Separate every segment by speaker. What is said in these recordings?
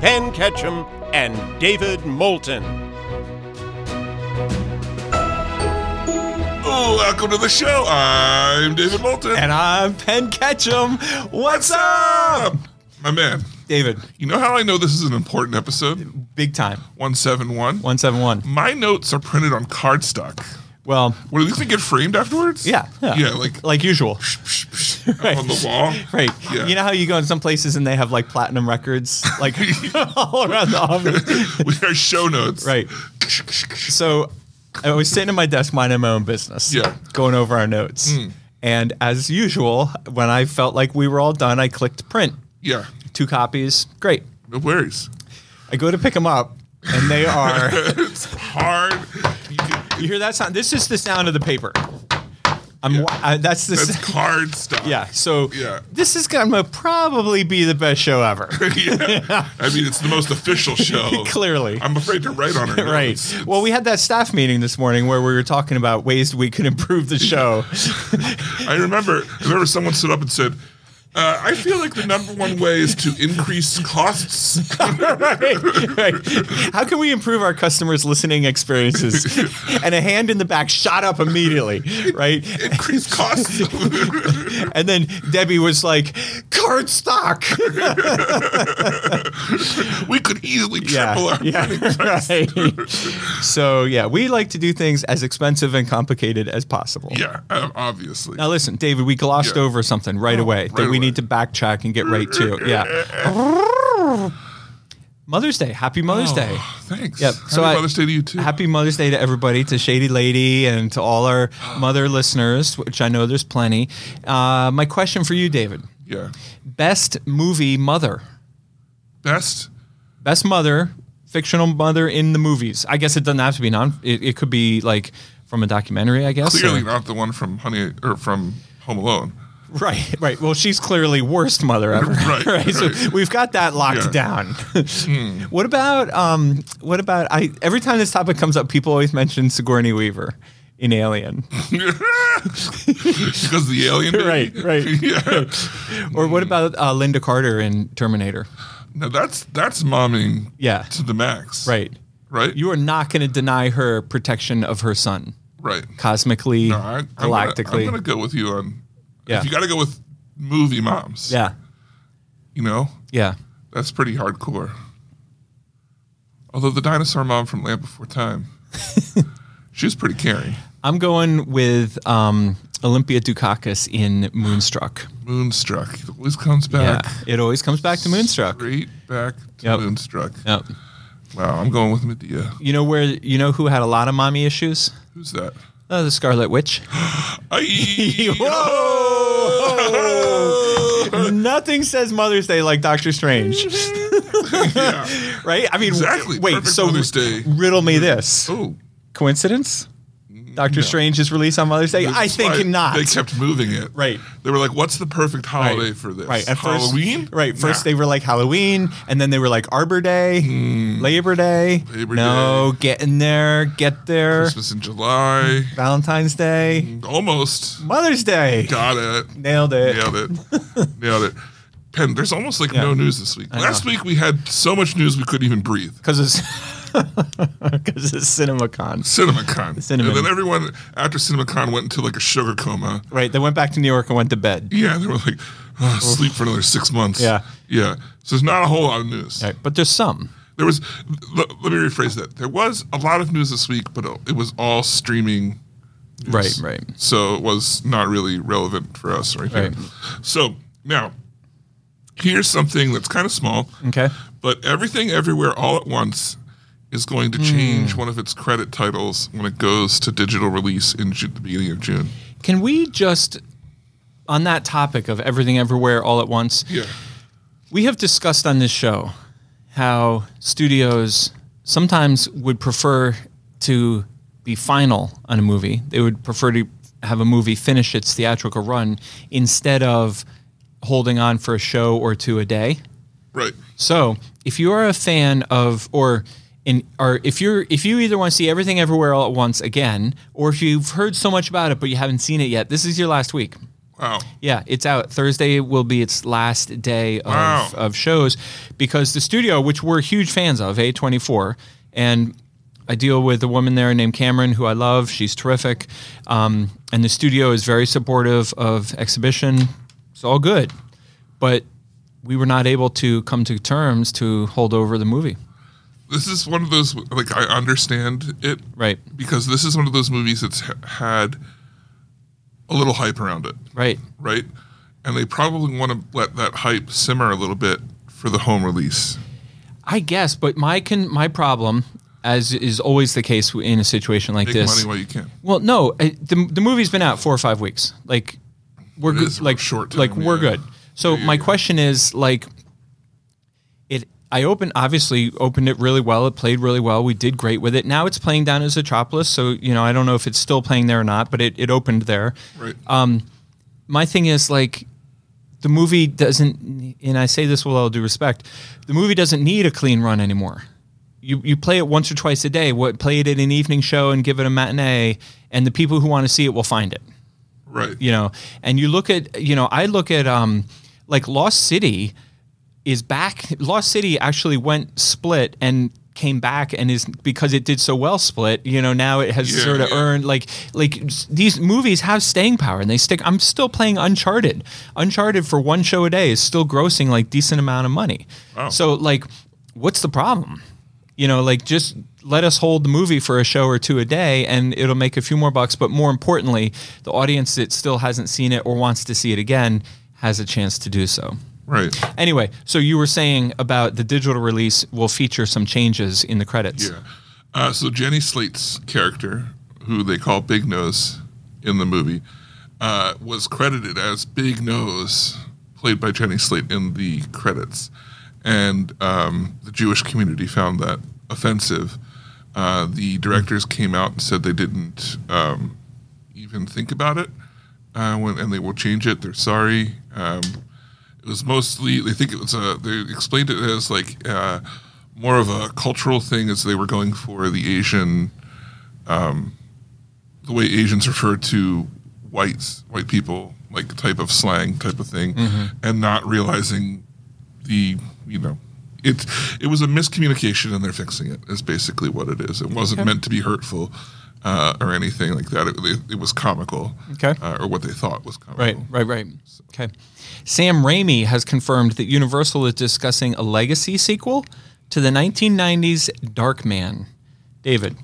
Speaker 1: Penn Ketchum and David Moulton.
Speaker 2: Welcome to the show. I'm David Moulton.
Speaker 3: And I'm Penn Ketchum. What's up?
Speaker 2: My man,
Speaker 3: David,
Speaker 2: you know how I know this is an important episode?
Speaker 3: big time.
Speaker 2: 171.
Speaker 3: 171.
Speaker 2: My notes are printed on cardstock.
Speaker 3: Well,
Speaker 2: Were these going to get framed afterwards?
Speaker 3: yeah.
Speaker 2: Yeah, like,
Speaker 3: like usual.
Speaker 2: psh, psh, up on the wall.
Speaker 3: Right.
Speaker 2: Yeah.
Speaker 3: You know how you go in some places and they have like platinum records like all around the office.
Speaker 2: With our show notes.
Speaker 3: Right. So I was sitting at my desk minding my own business.
Speaker 2: Yeah. Hmm.
Speaker 3: Going over our notes. And as usual, when I felt like we were all done, I clicked print.
Speaker 2: Yeah.
Speaker 3: Two copies. Great.
Speaker 2: No worries.
Speaker 3: I go to pick them up and they are
Speaker 2: it's hard. You can-
Speaker 3: You hear that sound? This is the sound of the paper. I'm. wa- I, that's the.
Speaker 2: That's
Speaker 3: s-
Speaker 2: cardstock.
Speaker 3: yeah. So.
Speaker 2: Yeah.
Speaker 3: This is gonna probably be the best show ever.
Speaker 2: yeah. I mean, it's the most official show.
Speaker 3: Clearly.
Speaker 2: I'm afraid to write on it.
Speaker 3: Right. Well, we had that staff meeting this morning where we were talking about ways we could improve the show.
Speaker 2: I remember, I remember someone stood up and said, uh, "I feel like the number one way is to increase costs."
Speaker 3: right, right. How can we improve our customers' listening experiences? and a hand in the back shot up immediately, right?
Speaker 2: increase costs.
Speaker 3: And then Debbie was like, cardstock.
Speaker 2: we could easily
Speaker 3: yeah,
Speaker 2: triple our
Speaker 3: yeah,
Speaker 2: money.
Speaker 3: right. so yeah, we like to do things as expensive and complicated as possible.
Speaker 2: Yeah, um, obviously.
Speaker 3: Now listen, David, we glossed
Speaker 2: Yeah. Oh,
Speaker 3: over something right away that we
Speaker 2: away.
Speaker 3: need to backtrack and get right to. Yeah. Mother's Day. Happy Mother's Day.
Speaker 2: Oh, thanks.
Speaker 3: Yep.
Speaker 2: Happy
Speaker 3: So I-
Speaker 2: Mother's Day to you too.
Speaker 3: Happy Mother's Day to everybody, to Shady Lady, and to all our mother listeners, which I know there's plenty. Uh, my question for you, David:
Speaker 2: yeah.
Speaker 3: Best movie mother,
Speaker 2: Best.
Speaker 3: best mother, fictional mother in the movies. I guess it doesn't have to be non. It, it could be like from a documentary. I guess.
Speaker 2: Clearly
Speaker 3: or-
Speaker 2: not the one from Honey or from Home Alone.
Speaker 3: Right, right. Well, she's clearly worst mother ever.
Speaker 2: Right,
Speaker 3: So
Speaker 2: right.
Speaker 3: we've got that locked
Speaker 2: Yeah. Hmm.
Speaker 3: down. What about um? What about I? Every time this topic comes up, people always mention Sigourney Weaver in Alien.
Speaker 2: because of the alien. baby?
Speaker 3: Right, right.
Speaker 2: yeah.
Speaker 3: Or what about uh, Linda Carter in Terminator?
Speaker 2: Now that's that's momming.
Speaker 3: Yeah.
Speaker 2: To the max.
Speaker 3: Right.
Speaker 2: Right.
Speaker 3: You are not going to deny her protection of her son,
Speaker 2: right.
Speaker 3: cosmically,
Speaker 2: No, I,
Speaker 3: galactically.
Speaker 2: I'm gonna, I'm gonna go with you on.
Speaker 3: Yeah.
Speaker 2: If you got to go with movie moms,
Speaker 3: yeah,
Speaker 2: you know
Speaker 3: yeah.
Speaker 2: that's pretty hardcore. Although the dinosaur mom from Land Before Time, she was pretty caring.
Speaker 3: I'm going with um, Olympia Dukakis in Moonstruck.
Speaker 2: Moonstruck it always comes back.
Speaker 3: Yeah, it always comes back to Moonstruck.
Speaker 2: Straight back to
Speaker 3: Yep.
Speaker 2: Moonstruck.
Speaker 3: Yep.
Speaker 2: Wow, I'm going with Medea.
Speaker 3: You know where? You know who had a lot of mommy issues?
Speaker 2: Who's that?
Speaker 3: Uh, the Scarlet Witch.
Speaker 2: Aye.
Speaker 3: Nothing says Mother's Day like Doctor Strange,
Speaker 2: yeah.
Speaker 3: right? I mean,
Speaker 2: Exactly.
Speaker 3: Wait,
Speaker 2: Perfect
Speaker 3: so
Speaker 2: Mother's Day.
Speaker 3: riddle me this:
Speaker 2: Oh,
Speaker 3: coincidence? Doctor Strange's release on Mother's Day? I
Speaker 2: that's
Speaker 3: think
Speaker 2: why
Speaker 3: not.
Speaker 2: They kept moving it.
Speaker 3: Right.
Speaker 2: They were like, "What's the perfect holiday for this?
Speaker 3: Right. At first-
Speaker 2: Halloween?
Speaker 3: right. First
Speaker 2: Nah.
Speaker 3: they were like Halloween, and then they were like Arbor Day, Labor Day.
Speaker 2: Hmm. Labor
Speaker 3: no, get in there, get there.
Speaker 2: Christmas in July.
Speaker 3: Valentine's Day,
Speaker 2: Almost.
Speaker 3: Mother's Day.
Speaker 2: Got it.
Speaker 3: Nailed it.
Speaker 2: Nailed it. Nailed it. Penn, there's almost like no news this week. Last
Speaker 3: know.
Speaker 2: week we had so much news we couldn't even breathe.
Speaker 3: Because it's because it's CinemaCon.
Speaker 2: CinemaCon.
Speaker 3: Cinnamon.
Speaker 2: And then everyone after CinemaCon went into like a sugar coma.
Speaker 3: Right. They went back to New York and went to bed.
Speaker 2: Yeah, they were like, "Oh, sleep for another six months.
Speaker 3: Yeah.
Speaker 2: Yeah. So there's not a whole lot of news.
Speaker 3: Right. But there's some.
Speaker 2: There was, let, let me rephrase that. There was a lot of news this week, but it was all streaming
Speaker 3: Right. Right.
Speaker 2: so it was not really relevant for us right,
Speaker 3: Right.
Speaker 2: here. So now, here's something that's kind of small,
Speaker 3: Okay.
Speaker 2: but everything everywhere all at once is going to change one of its credit titles when it goes to digital release in Ju- the beginning of June.
Speaker 3: Can we just on that topic of everything everywhere all at once?
Speaker 2: Yeah,
Speaker 3: We have discussed on this show how studios sometimes would prefer to be final on a movie. They would prefer to have a movie finish its theatrical run instead of holding on for a show or two a day.
Speaker 2: Right.
Speaker 3: So, if you are a fan of or in or if you're if you either want to see everything everywhere all at once again or if you've heard so much about it but you haven't seen it yet, this is your last week.
Speaker 2: Wow.
Speaker 3: Yeah, it's out. Thursday will be its last day of,
Speaker 2: Wow.
Speaker 3: of shows because the studio, which we're huge fans of, A24, and I deal with a woman there named Cameron, who I love. She's terrific. Um, and the studio is very supportive of exhibition. It's all good. But we were not able to come to terms to hold over the movie.
Speaker 2: This is one of those like I understand it
Speaker 3: Right.
Speaker 2: because this is one of those movies that's ha- had a little hype around it.
Speaker 3: Right.
Speaker 2: right? And they probably want to let that hype simmer a little bit for the home release.
Speaker 3: I guess, but my can my problem, as is always the case in a situation like
Speaker 2: Make
Speaker 3: this,
Speaker 2: money while you can.
Speaker 3: Well, no, I- the, the movie's been out four or five weeks. Like we're
Speaker 2: It
Speaker 3: good.
Speaker 2: is
Speaker 3: Like
Speaker 2: short
Speaker 3: Like
Speaker 2: time,
Speaker 3: we're
Speaker 2: yeah.
Speaker 3: good. So
Speaker 2: Yeah, yeah,
Speaker 3: my
Speaker 2: yeah.
Speaker 3: question is like, it. I opened obviously opened it really well. It played really well. We did great with it. Now it's playing down at Zootropolis, so you know I don't know if it's still playing there or not, but it, it opened there.
Speaker 2: Right.
Speaker 3: My thing is like, the movie doesn't, and I say this with all due respect, the movie doesn't need a clean run anymore. You, you play it once or twice a day. What play it at an evening show and give it a matinee, and the people who want to see it will find it
Speaker 2: right.
Speaker 3: you know and you look at you know i look at um like lost city is back lost city actually went split and came back and is because it did so well split you know now it has
Speaker 2: Yeah,
Speaker 3: sort of
Speaker 2: yeah.
Speaker 3: earned like like s- these movies have staying power and they stick i'm still playing uncharted uncharted for one show a day is still grossing like decent amount of money so like what's the problem you know like just let us hold the movie for a show or two a day and it'll make a few more bucks but more importantly the audience that still hasn't seen it or wants to see it again has a chance to do so
Speaker 2: Right.
Speaker 3: anyway so you were saying about the digital release will feature some changes in the credits
Speaker 2: Yeah. Uh, so Jenny Slate's character, who they call Big Nose in the movie, uh, was credited as Big Nose, played by Jenny Slate in the credits, and um, the Jewish community found that offensive. Uh, the directors came out and said they didn't um, even think about it, uh, when, and they will change it. They're sorry. Um, it was mostly they think it was a they explained it as like uh, more of a cultural thing as they were going for the Asian um, the way Asians refer to whites white people like type of slang type of thing
Speaker 3: Mm-hmm.
Speaker 2: and not realizing the you know it it was a miscommunication and they're fixing it is basically what it is it wasn't meant to be hurtful uh, or anything like that it, it, was comical
Speaker 3: Okay.
Speaker 2: uh, or what they thought was comical
Speaker 3: Right, right, right. Okay. Sam Raimi has confirmed that Universal is discussing a legacy sequel to the 1990s Darkman. David,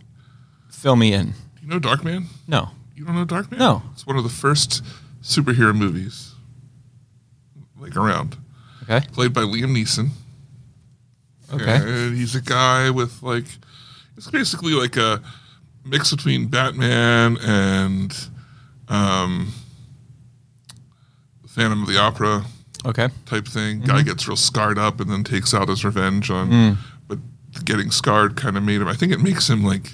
Speaker 3: fill me in.
Speaker 2: you know Dark Man
Speaker 3: No.
Speaker 2: You don't know Darkman?
Speaker 3: No.
Speaker 2: It's one of the first superhero movies like around.
Speaker 3: Okay.
Speaker 2: Played by Liam Neeson.
Speaker 3: Okay.
Speaker 2: And he's a guy with like it's basically like a mix between Batman and um Phantom of the Opera
Speaker 3: Okay.
Speaker 2: type thing. Guy gets real scarred up and then takes out his revenge on but getting scarred kind of made him I think it makes him like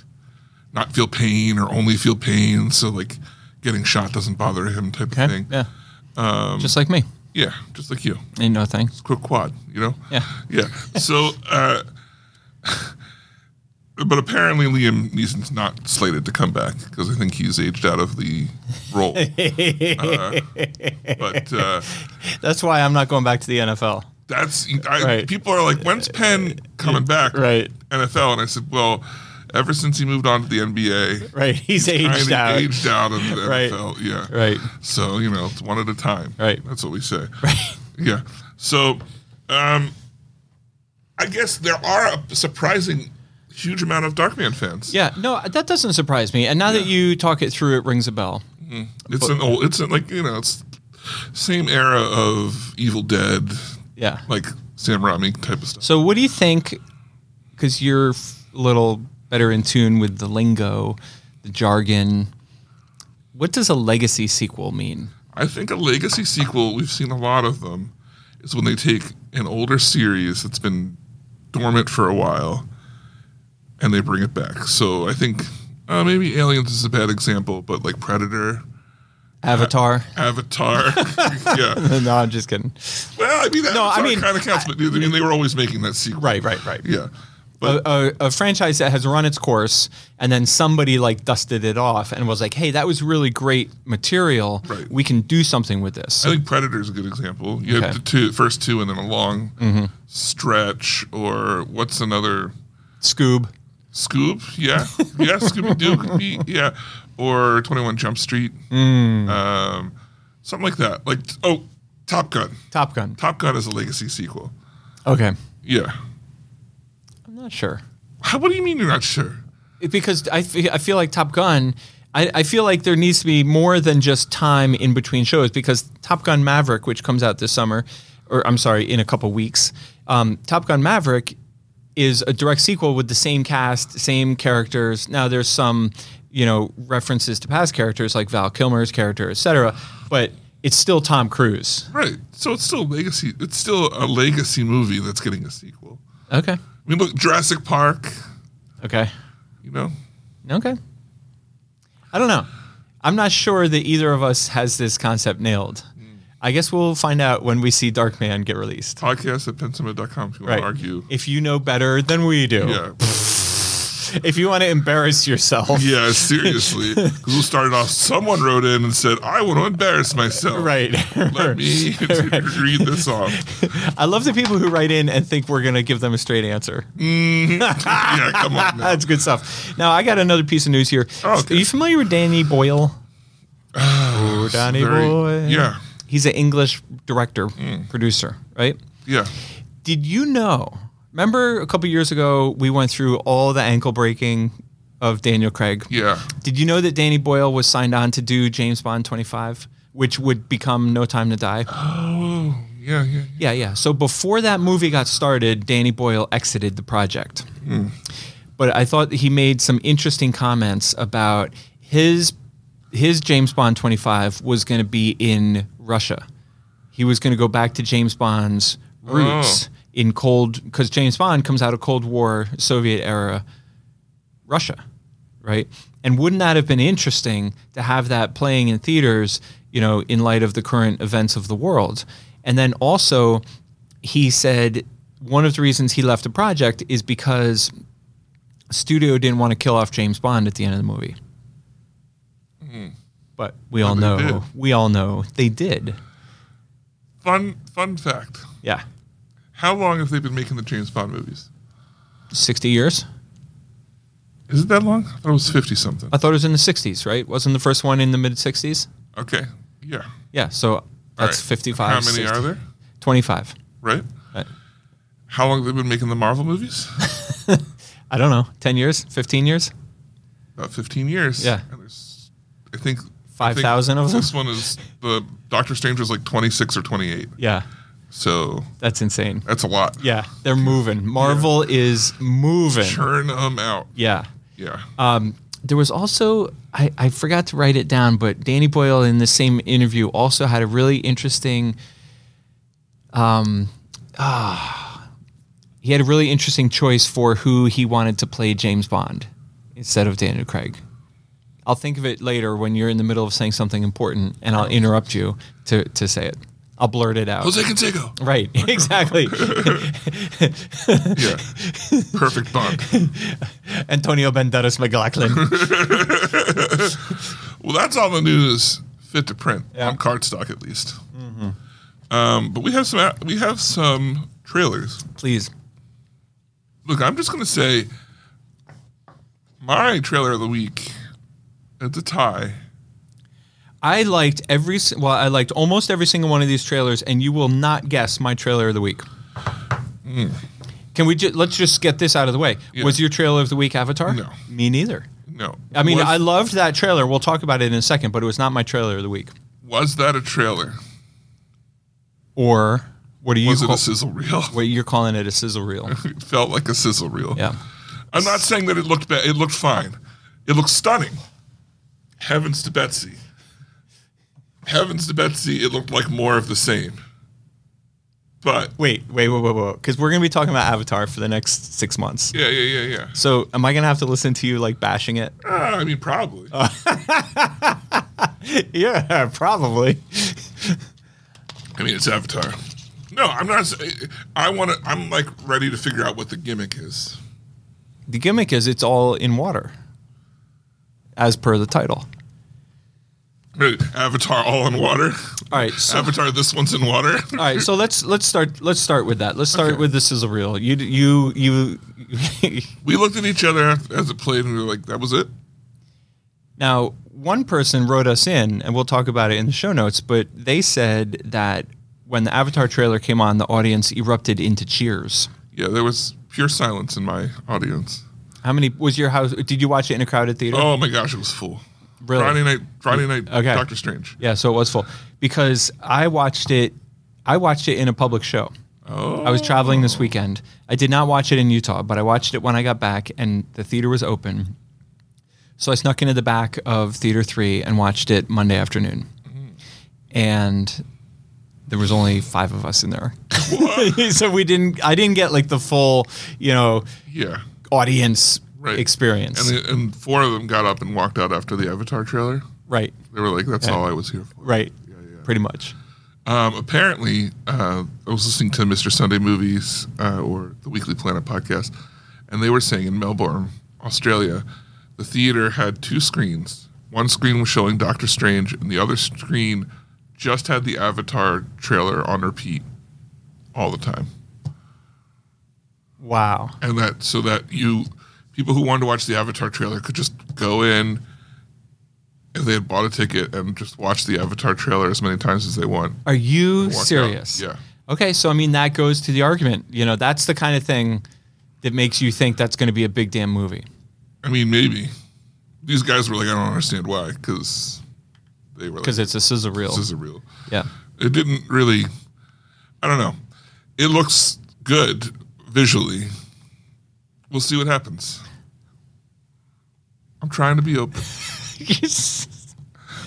Speaker 2: not feel pain or only feel pain, so like getting shot doesn't bother him type
Speaker 3: Okay.
Speaker 2: of thing.
Speaker 3: Yeah.
Speaker 2: Um,
Speaker 3: Just like me.
Speaker 2: Yeah, just like you.
Speaker 3: Ain't no thing.
Speaker 2: Quick quad, you know?
Speaker 3: Yeah.
Speaker 2: Yeah. So uh But apparently Liam Neeson's not slated to come back because I think he's aged out of the role. Uh, but uh,
Speaker 3: That's why I'm not going back to the NFL.
Speaker 2: that's I,
Speaker 3: Right.
Speaker 2: people are like, when's Penn coming back?
Speaker 3: Right.
Speaker 2: NFL, and I said, well, ever since he moved on to the NBA,
Speaker 3: Right. He's
Speaker 2: kinda aged out of the
Speaker 3: Right.
Speaker 2: NFL. Yeah,
Speaker 3: Right.
Speaker 2: So you know, it's one at a time.
Speaker 3: Right.
Speaker 2: That's what we say. Right. Yeah. So, um, I guess there are a surprising huge amount of Darkman fans.
Speaker 3: Yeah. No, that doesn't surprise me. And now that you talk it through, it rings a bell.
Speaker 2: It's an old. It's an, like you know, it's same era of Evil Dead,
Speaker 3: Yeah.
Speaker 2: like Sam Raimi type of stuff.
Speaker 3: So, what do you think? Because you're f- a little better in tune with the lingo, the jargon. What does a legacy sequel mean?
Speaker 2: I think a legacy sequel, we've seen a lot of them, is when they take an older series that's been dormant for a while, and they bring it back. So I think uh, maybe Aliens is a bad example, but like Predator,
Speaker 3: Avatar.
Speaker 2: Avatar, yeah.
Speaker 3: no, I'm just kidding.
Speaker 2: Well, I mean, Avatar
Speaker 3: I mean,
Speaker 2: kind of counts, but I mean, they were always making that sequel,
Speaker 3: Right, Uh, right, right.
Speaker 2: Yeah,
Speaker 3: A,
Speaker 2: but
Speaker 3: a, a franchise that has run its course, and then somebody like dusted it off and was like, "Hey, that was really great material.
Speaker 2: Right.
Speaker 3: We can do something with this."
Speaker 2: I think Predator is a good example. You
Speaker 3: Okay. Mm-hmm.
Speaker 2: have the two first two, and then a long stretch, or what's another
Speaker 3: Scoob.
Speaker 2: Scoop? Yeah, yeah, Scooby Doo could be yeah, or Twenty One Jump Street, um, something like that. Like oh, Top Gun.
Speaker 3: Top Gun.
Speaker 2: Top Gun is a legacy sequel.
Speaker 3: Okay.
Speaker 2: Yeah.
Speaker 3: I'm not sure.
Speaker 2: How? What do you mean you're not sure?
Speaker 3: It- Because I fe- I feel like Top Gun, I, I feel like there needs to be more than just time in between shows because Top Gun Maverick, which comes out this summer, or I'm sorry, in a couple weeks, um, Top Gun Maverick is a direct sequel with the same cast, same characters. Now there's some, you know, references to past characters like Val Kilmer's character, etc. But it's still Tom Cruise.
Speaker 2: Right. So it's still legacy. It's still a legacy movie that's getting a sequel.
Speaker 3: Okay.
Speaker 2: I mean, look, Jurassic Park.
Speaker 3: Okay.
Speaker 2: You know,
Speaker 3: Okay. I don't know. I'm not sure that either of us has this concept nailed.
Speaker 2: Mm.
Speaker 3: I guess we'll find out when we see Dark Man get released.
Speaker 2: podcast at pensima.com if you want to argue.
Speaker 3: If you know better than we do.
Speaker 2: Yeah.
Speaker 3: If you want to embarrass yourself.
Speaker 2: Yeah, seriously. Because we'll start it off. Someone wrote in and said, I want to embarrass myself.
Speaker 3: Right.
Speaker 2: Let me read this off.
Speaker 3: I love the people who write in and think we're going to give them a straight answer.
Speaker 2: Mm. Yeah, come on. Now.
Speaker 3: That's good stuff. Now, I got another piece of news here.
Speaker 2: Oh, okay.
Speaker 3: Are you familiar with Danny Boyle? oh, Danny
Speaker 2: Very-
Speaker 3: Boyle.
Speaker 2: Yeah. Mm.
Speaker 3: He's an English director, producer, right?
Speaker 2: Yeah.
Speaker 3: Did you know? Remember a couple years ago we went through all the ankle breaking of Daniel Craig.
Speaker 2: Yeah.
Speaker 3: Did you know that Danny Boyle was signed on to do James Bond 25, which would become No Time to Die?
Speaker 2: Yeah. Yeah.
Speaker 3: Yeah, yeah. So before that movie got started, Danny Boyle exited the project. But I thought he made some interesting comments about his his James Bond 25 was going to be in Russia. He was going to go back to James Bond's
Speaker 2: Oh.
Speaker 3: roots in cold cuz James Bond comes out of Cold War Soviet era Russia, right? And wouldn't that have been interesting to have that playing in theaters, you know, in light of the current events of the world? And then also, he said one of the reasons he left the project is because studio didn't want to kill off James Bond at the end of the movie. But we all
Speaker 2: Hmm. they
Speaker 3: know,
Speaker 2: did.
Speaker 3: we all know they did.
Speaker 2: Fun, fun fact.
Speaker 3: Yeah.
Speaker 2: How long have they been making the James Bond movies?
Speaker 3: 60 years?
Speaker 2: Is it that long? I thought it was 50 something.
Speaker 3: I thought it was in the 60s, right? Wasn't the first one in the mid 60s?
Speaker 2: Okay. Yeah. All
Speaker 3: Yeah, so that's
Speaker 2: right.
Speaker 3: 55.
Speaker 2: How many
Speaker 3: 60.
Speaker 2: are there?
Speaker 3: 25.
Speaker 2: Right?
Speaker 3: Right.
Speaker 2: How long have they been making the Marvel movies?
Speaker 3: I don't know, 10 years, 15 years,
Speaker 2: About 15 years.
Speaker 3: Yeah.
Speaker 2: And there's, I think, I think
Speaker 3: 5,000 of them?
Speaker 2: This one is the Doctor Strange was like 26 or 28.
Speaker 3: Yeah,
Speaker 2: So
Speaker 3: that's insane.
Speaker 2: that's a lot.
Speaker 3: Yeah, they're moving. Marvel is moving.
Speaker 2: Churn them out.
Speaker 3: Yeah.
Speaker 2: Yeah.
Speaker 3: Uh, There was also, I, I forgot to write it down, but Danny Boyle in the same interview also had a really interesting, um, ah, he had a really interesting choice for who he wanted to play James Bond instead of Daniel Craig. I'll think of it later when you're in the middle of saying something important and I'll interrupt you to, to say it. I'll blurt it out.
Speaker 2: Jose Canseco.
Speaker 3: Right, exactly.
Speaker 2: Yeah. Perfect Bond.
Speaker 3: Antonio Banderas McLaughlin.
Speaker 2: Well, that's all the news fit to print on cardstock at least.
Speaker 3: Mm-hmm.
Speaker 2: Um, but we have some we have some trailers.
Speaker 3: Please.
Speaker 2: Look, I'm just gonna say my trailer of the week. It's a tie.
Speaker 3: I liked every s- well, I liked almost every single one of these trailers, and you will not guess my trailer of the week. Can we just let's just get this out of the way?
Speaker 2: Hmm. Yeah.
Speaker 3: Was your trailer of the week Avatar?
Speaker 2: No.
Speaker 3: me neither.
Speaker 2: No.
Speaker 3: I mean,
Speaker 2: was,
Speaker 3: I loved that trailer. We'll talk about it in a second, but it was not my trailer of the week.
Speaker 2: was that a trailer?
Speaker 3: Or what do you
Speaker 2: Was it
Speaker 3: call-
Speaker 2: a sizzle reel?
Speaker 3: what you're calling it a sizzle reel?
Speaker 2: It felt like a sizzle reel.
Speaker 3: yeah,
Speaker 2: I'm not saying that it looked bad. It looked fine. It looked stunning. Heavens to Betsy. Heavens to Betsy. It looked like more of the same. But
Speaker 4: Wait, wait, wait, wait, wait. Because we're gonna be talking about Avatar for the next six months.
Speaker 2: yeah, yeah, yeah, yeah.
Speaker 4: So am I gonna have to listen to you like bashing it?
Speaker 2: Ah, I mean, probably.
Speaker 3: Uh.
Speaker 4: yeah, probably.
Speaker 2: I mean, it's Avatar. No, I'm not. s- I want to. I'm like ready to figure out what the gimmick is.
Speaker 3: The gimmick is it's all in water, as per the title.
Speaker 2: Avatar all in water.
Speaker 3: All right, so
Speaker 2: Avatar, this one's in water.
Speaker 3: all right, so let's let's start let's start with that. Let's start with this is a real. You you you.
Speaker 2: We looked at each other as it played, and we were like, "That was it."
Speaker 3: now, one person wrote us in, and we'll talk about it in the show notes. But they said that when the Avatar trailer came on, the audience erupted into cheers.
Speaker 2: Yeah, there was pure silence in my audience.
Speaker 3: How many was your house? Did you watch it in a crowded theater?
Speaker 2: Oh my gosh, it was full.
Speaker 3: Really?
Speaker 2: Friday night, Friday night,
Speaker 3: Okay.
Speaker 2: Doctor Strange.
Speaker 3: Yeah, so it was full because I watched it. I watched it in a public show.
Speaker 2: Oh,
Speaker 3: I was traveling this weekend. I did not watch it in Utah, but I watched it when I got back and the theater was open. So I snuck into the back of Theater 3 and watched it Monday afternoon. And there was only 5 of us in there. so we didn't I didn't get like the full, you know,
Speaker 2: yeah,
Speaker 3: audience
Speaker 2: right.
Speaker 3: experience.
Speaker 2: And, the, and four of them got up and walked out after the Avatar trailer.
Speaker 3: right.
Speaker 2: They were like, "That's all I was here for."
Speaker 3: Right. Pretty much.
Speaker 2: Um, apparently, uh, I was listening to Mr. Sunday Movies uh, or the Weekly Planet podcast, and they were saying in Melbourne, Australia, the theater had two screens. One screen was showing Doctor Strange, and the other screen just had the Avatar trailer on repeat all the time.
Speaker 4: Wow.
Speaker 2: And that so that you people who wanted to watch the Avatar trailer could just go in if they had bought a ticket and just watch the Avatar trailer as many times as they want.
Speaker 3: Are you
Speaker 2: walk out.
Speaker 3: serious?
Speaker 2: Yeah.
Speaker 3: Okay, so I mean that goes to the argument. You know, that's the kind of thing that makes you think that's going to be a big damn movie.
Speaker 2: I mean, maybe these guys were like, I don't understand why, because they were like,
Speaker 3: because it's a sizzle reel.
Speaker 2: this is a real.
Speaker 3: yeah,
Speaker 2: It didn't really. I don't know. It looks good visually. We'll see what happens. I'm trying to be open.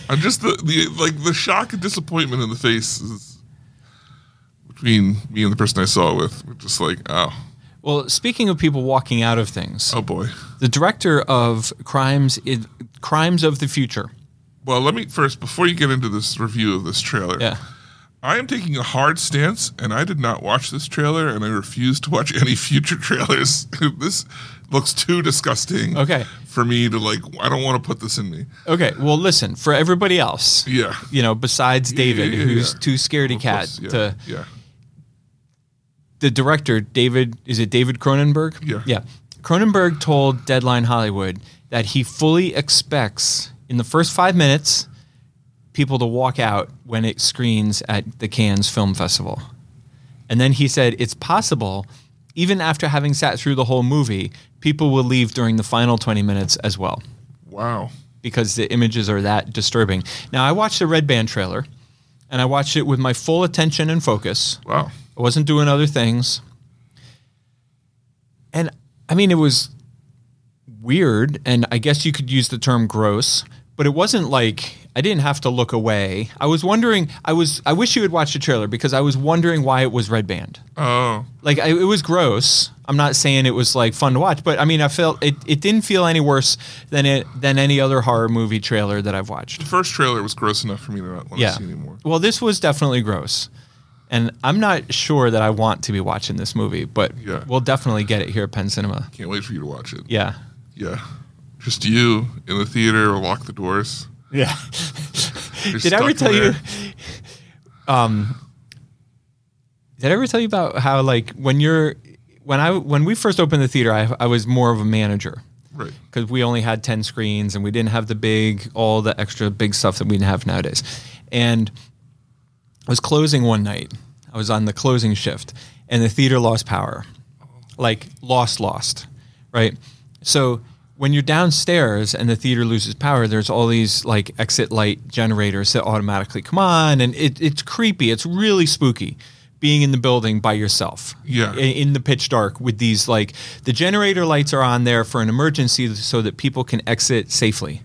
Speaker 2: I'm just the, the like the shock and disappointment in the face is between me and the person I saw it with. We're just like, oh,
Speaker 3: Well, speaking of people walking out of things,
Speaker 2: oh boy.
Speaker 3: the director of Crimes I- Crimes of the Future.
Speaker 2: Well, let me first before you get into this review of this trailer.
Speaker 3: Yeah.
Speaker 2: I am taking a hard stance, and I did not watch this trailer, and I refuse to watch any future trailers. this looks too disgusting.
Speaker 3: Okay.
Speaker 2: For me to like, I don't want to put this in me.
Speaker 3: Okay. Well, listen for everybody else.
Speaker 2: Yeah.
Speaker 3: You know, besides David,
Speaker 2: yeah, yeah,
Speaker 3: who's
Speaker 2: yeah.
Speaker 3: too scaredy
Speaker 2: Of
Speaker 3: cat
Speaker 2: course, yeah,
Speaker 3: to
Speaker 2: yeah.
Speaker 3: the director David is it David Cronenberg?
Speaker 2: Yeah.
Speaker 3: Yeah. Cronenberg told Deadline Hollywood that he fully expects in the first 5 minutes people to walk out when it screens at the Cannes Film Festival. And then he said it's possible even after having sat through the whole movie, people will leave during the final 20 minutes as well
Speaker 2: Wow.
Speaker 3: because the images are that disturbing. Now I watched the Red Band trailer and I watched it with my full attention and focus.
Speaker 2: Wow.
Speaker 3: I wasn't doing other things. And I mean, it was weird. And I guess you could use the term gross, but it wasn't like I didn't have to look away. I was wondering, I was, I wish you had watched the trailer because I was wondering why it was red band.
Speaker 2: Oh,
Speaker 3: Like I, it was gross. I'm not saying it was like fun to watch, but I mean, I felt it, it didn't feel any worse than it, than any other horror movie trailer that I've watched.
Speaker 2: the first trailer was gross enough for me to not want to see anymore.
Speaker 3: Well, this was definitely gross. And I'm not sure that I want to be watching this movie, but
Speaker 2: Yeah.
Speaker 3: we'll definitely get it here at Penn Cinema.
Speaker 2: Can't wait for you to watch it.
Speaker 3: Yeah.
Speaker 2: Yeah. Just you in the theater, lock the doors.
Speaker 4: Yeah.
Speaker 3: Did I ever tell you? Um, did I ever tell you about how like when you're when I when we first opened the theater, I, I was more of a manager
Speaker 2: Right.
Speaker 3: because we only had 10 screens and we didn't have the big all the extra big stuff that we have nowadays and i was closing one night i was on the closing shift and the theater lost power like lost lost right so when you're downstairs and the theater loses power there's all these like exit light generators that automatically come on and it, it's creepy it's really spooky being in the building by yourself
Speaker 2: Yeah.
Speaker 3: in, in the pitch dark with these like the generator lights are on there for an emergency so that people can exit safely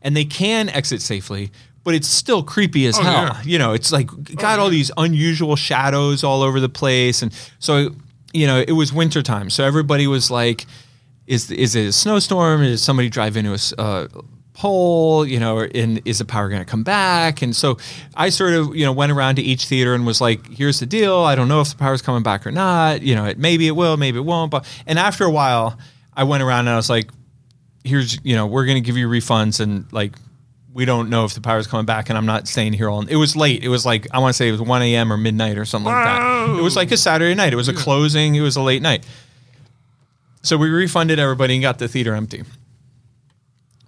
Speaker 3: and they can exit safely but it's still creepy as
Speaker 2: Oh,
Speaker 3: hell.
Speaker 2: yeah. Oh,
Speaker 3: You know, it's like got all these unusual shadows all over the place, and so you know it was wintertime, so everybody was like, "Is is it a snowstorm? Is somebody drive into a s- uh, pole? You know, or- and is the power going to come back?" And so I sort of you know went around to each theater and was like, "Here's the deal. I don't know if the power's coming back or not. You know, it maybe it will, maybe it won't." But and after a while, I went around and I was like, here's you know we're going to give you refunds and like we don't know if the power's coming back and i'm not staying here all it was late it was like i want to say it was 1 a.m or midnight or something like that it was like a saturday night it was a closing it was a late night so we refunded everybody and got the theater empty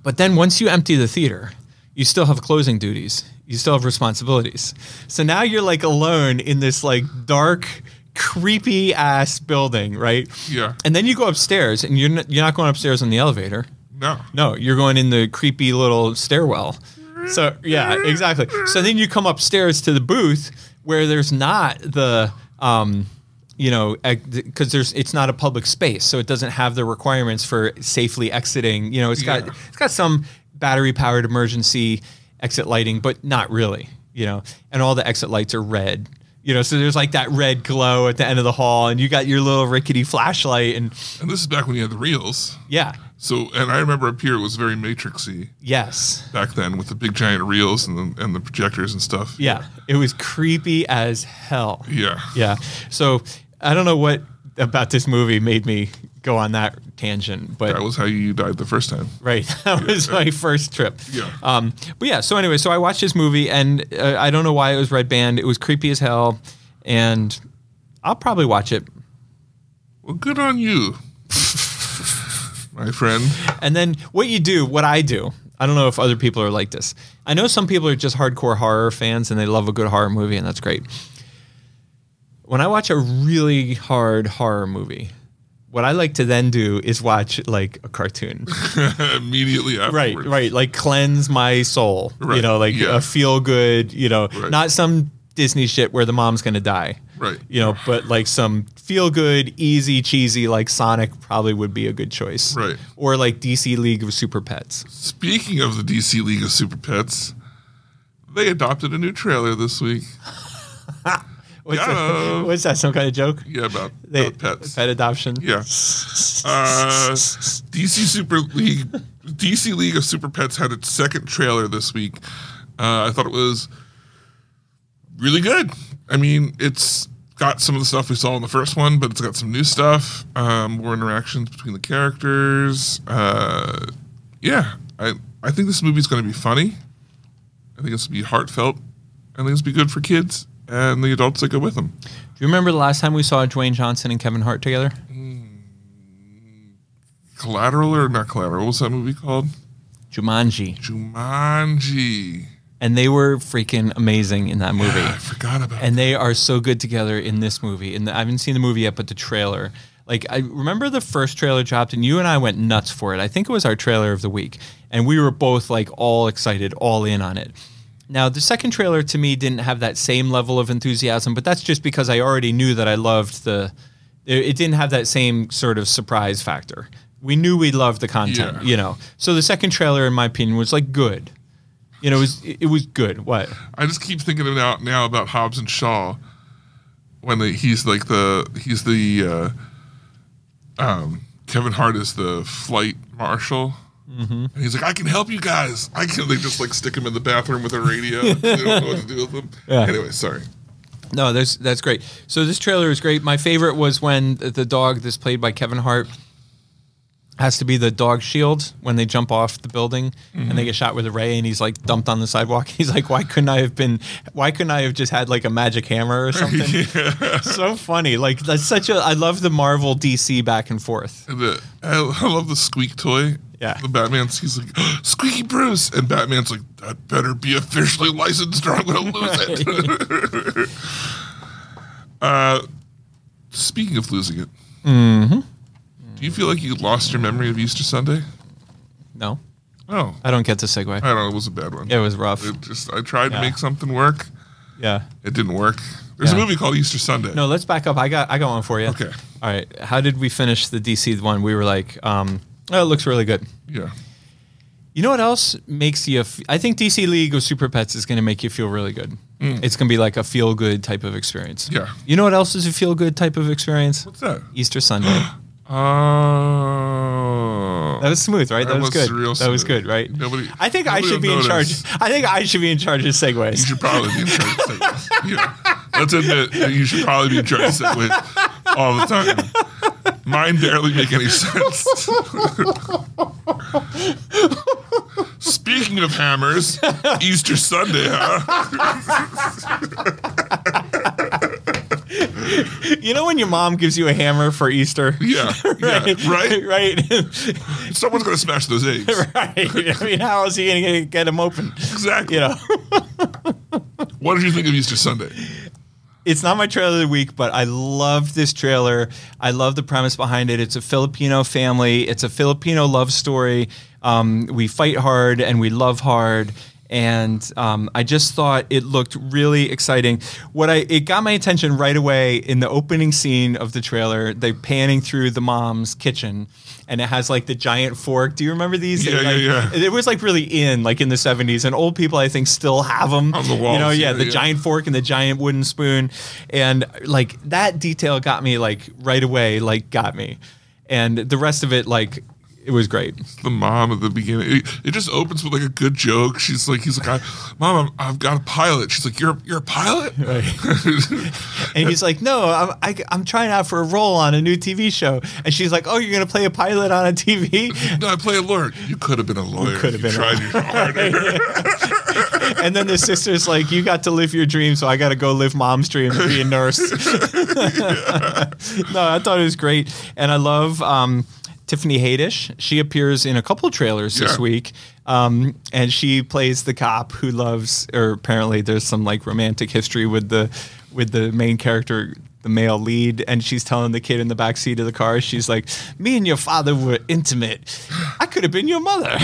Speaker 3: but then once you empty the theater you still have closing duties you still have responsibilities so now you're like alone in this like dark creepy ass building right
Speaker 2: Yeah.
Speaker 3: and then you go upstairs and you're, n- you're not going upstairs on the elevator
Speaker 2: No.
Speaker 3: no, you're going in the creepy little stairwell. So yeah, exactly. So then you come upstairs to the booth where there's not the um you know because there's it's not a public space so it doesn't have the requirements for safely exiting you know it's got
Speaker 2: Yeah.
Speaker 3: it's got some battery powered emergency exit lighting but not really you know and all the exit lights are red you know so there's like that red glow at the end of the hall and you got your little rickety flashlight and
Speaker 2: And this is back when you had the reels.
Speaker 3: yeah
Speaker 2: So, and I remember up here it was very matrixy
Speaker 3: yes
Speaker 2: back then with the big giant reels and the, and the projectors and stuff.
Speaker 3: Yeah, it was creepy as hell.
Speaker 2: Yeah.
Speaker 3: Yeah. So I don't know what about this movie made me go on that tangent, but
Speaker 2: That was how you died the first time.
Speaker 3: right, that was my first trip.
Speaker 2: Yeah.
Speaker 3: Um. But yeah. So anyway, so I watched this movie, and uh, I don't know why it was Red Band. It was creepy as hell, and I'll probably watch it.
Speaker 2: Well, good on you, my friend.
Speaker 3: And then what you do, what I do, I don't know if other people are like this. I know some people are just hardcore horror fans and they love a good horror movie, and that's great. When I watch a really hard horror movie, what I like to then do is watch like a cartoon.
Speaker 2: Immediately
Speaker 3: Right,
Speaker 2: afterwards.
Speaker 3: right. Like cleanse my soul. You
Speaker 2: Right,
Speaker 3: know, like
Speaker 2: yeah.
Speaker 3: a feel good, you know,
Speaker 2: Right.
Speaker 3: not some Disney shit where the mom's going to die.
Speaker 2: Right.
Speaker 3: You know, but like some feel good, easy, cheesy, like Sonic probably would be a good choice.
Speaker 2: Right.
Speaker 3: Or like DC League of Super Pets.
Speaker 2: Speaking of the DC League of Super Pets, they adopted a new trailer this week.
Speaker 3: What's,
Speaker 2: Yeah.
Speaker 3: that, what's that? Some kind of joke?
Speaker 2: Yeah, about
Speaker 3: They-
Speaker 2: uh, pets.
Speaker 3: Pet adoption.
Speaker 2: Yeah. Uh, DC Super League, DC League of Super Pets had its second trailer this week. Uh, I thought it was really good. I mean, it's got some of the stuff we saw in the first one, but it's got some new stuff, um, more interactions between the characters. Uh, yeah, I I think this movie's going to be funny. I think it's going to be heartfelt. I think it's going to be good for kids and the adults that go with them.
Speaker 3: Do you remember the last time we saw Dwayne Johnson and Kevin Hart together?
Speaker 2: Collateral or not collateral? What's that movie called?
Speaker 3: Jumanji.
Speaker 2: Jumanji.
Speaker 3: And they were freaking amazing in that movie.
Speaker 2: I forgot about
Speaker 3: and they are so good together in this movie. And I haven't seen the movie yet, but the trailer. Like I remember the first trailer dropped, and you and I went nuts for it. I think it was our trailer of the week, and we were both like all excited, all in on it. Now the second trailer to me didn't have that same level of enthusiasm, but that's just because I already knew that I loved the. It it didn't have that same sort of surprise factor. We knew we loved the content,
Speaker 2: Yeah.
Speaker 3: you know. So the second trailer, in my opinion, was like good. You know, it was it was good. What?
Speaker 2: I just keep thinking about now about Hobbs and Shaw when they, he's like the he's the uh, um, Kevin Hart is the flight marshal. And he's like, I can help you guys. I can. They just like stick him in the bathroom with a radio. they don't know what to do with him. Anyway, sorry.
Speaker 3: No, that's that's great. So this trailer is great. My favorite was when the dog that's played by Kevin Hart has to be the dog shield when they jump off the building and they get shot with a ray and he's like dumped on the sidewalk. He's like, why couldn't I have been? Why couldn't I have just had like a magic hammer or something? so funny. Like that's such a. I love the Marvel DC back and forth.
Speaker 2: And the, I, I love the squeak toy.
Speaker 3: Yeah.
Speaker 2: The Batman's he's like squeaky Bruce, and Batman's like that better be officially licensed or I'm gonna lose it. uh, speaking of losing it,
Speaker 3: Mm-hmm.
Speaker 2: do you feel like you lost your memory of Easter Sunday?
Speaker 3: No,
Speaker 2: Oh,
Speaker 3: I don't get the segue.
Speaker 2: I don't know. It was a bad one.
Speaker 3: It was rough.
Speaker 2: It just I tried
Speaker 3: Yeah.
Speaker 2: to make something work.
Speaker 3: Yeah.
Speaker 2: It didn't work. There's
Speaker 3: Yeah.
Speaker 2: a movie called Easter Sunday.
Speaker 3: No, let's back up. I got I got one for you.
Speaker 2: Okay.
Speaker 3: All right. How did we finish the DC one? We were like, um, oh, it looks really good.
Speaker 2: Yeah.
Speaker 3: You You know what else makes you? F- I think DC League of Super Pets is going to make you feel really good. It's going to be like a feel good type of experience.
Speaker 2: Mm. Yeah.
Speaker 3: You know what else is a feel good type of experience?
Speaker 2: What's that?
Speaker 3: Easter Sunday.
Speaker 2: Oh.
Speaker 3: That was smooth, right? That,
Speaker 2: That
Speaker 3: was,
Speaker 2: was
Speaker 3: good.
Speaker 2: real
Speaker 3: that was
Speaker 2: smooth.
Speaker 3: good, right?
Speaker 2: Oh. Nobody-
Speaker 3: I think I
Speaker 2: nobody
Speaker 3: should be
Speaker 2: will notice.
Speaker 3: in charge. I think I should be in charge of
Speaker 2: You
Speaker 3: segues.
Speaker 2: should probably be in charge of segues. Yeah. Let's admit that you should probably be in charge of segues all the time. Mine barely make any sense. Speaking of hammers, Easter Sunday, huh?
Speaker 3: You know when your mom gives you a hammer for Easter?
Speaker 2: Yeah, right. yeah, right.
Speaker 3: right.
Speaker 2: Someone's gonna smash those eggs.
Speaker 3: right. I mean, how else are you going to get them open?
Speaker 2: Exactly.
Speaker 3: You know,
Speaker 2: What did you think of Easter Sunday?
Speaker 3: it's not my trailer of the week, but I love this trailer. I love the premise behind it. It's a Filipino family. It's a Filipino love story. Um, we fight hard and we love hard. And um, I just thought it looked really exciting. What I it got my attention right away in the opening scene of the trailer. They panning through the mom's kitchen, and it has like the giant fork. Do you remember these?
Speaker 2: Yeah,
Speaker 3: They,
Speaker 2: yeah,
Speaker 3: like-
Speaker 2: yeah.
Speaker 3: It was like really in, like in the '70s, and old people I think still have them.
Speaker 2: On the
Speaker 3: You know,
Speaker 2: walls,
Speaker 3: yeah,
Speaker 2: yeah,
Speaker 3: the
Speaker 2: yeah.
Speaker 3: giant fork and the giant wooden spoon and like that detail got me like right away like got me and the rest of it like it was great
Speaker 2: the mom at the beginning. It, it just opens with like a good joke. She's like, he's like, I, mom, I'm, I've got a pilot. She's like, you're you're a pilot.
Speaker 3: and he's like no I'm, I, I'm trying out for a role on a new tv show and she's like oh you're gonna play a pilot on a tv
Speaker 2: no, I play a lawyer. You could have been a lawyer.
Speaker 3: could have
Speaker 2: if you
Speaker 3: been a
Speaker 2: tried your harder.
Speaker 3: and then the sister's like you got to live your dream so i gotta go live mom's dream and be a nurse no i thought it was great and i love um, tiffany haydish she appears in a couple trailers this
Speaker 2: Yeah.
Speaker 3: week um, and she plays the cop who loves or apparently there's some like romantic history with the with the main character the male lead and she's telling the kid in the back seat of the car she's like me and your father were intimate i could have been your mother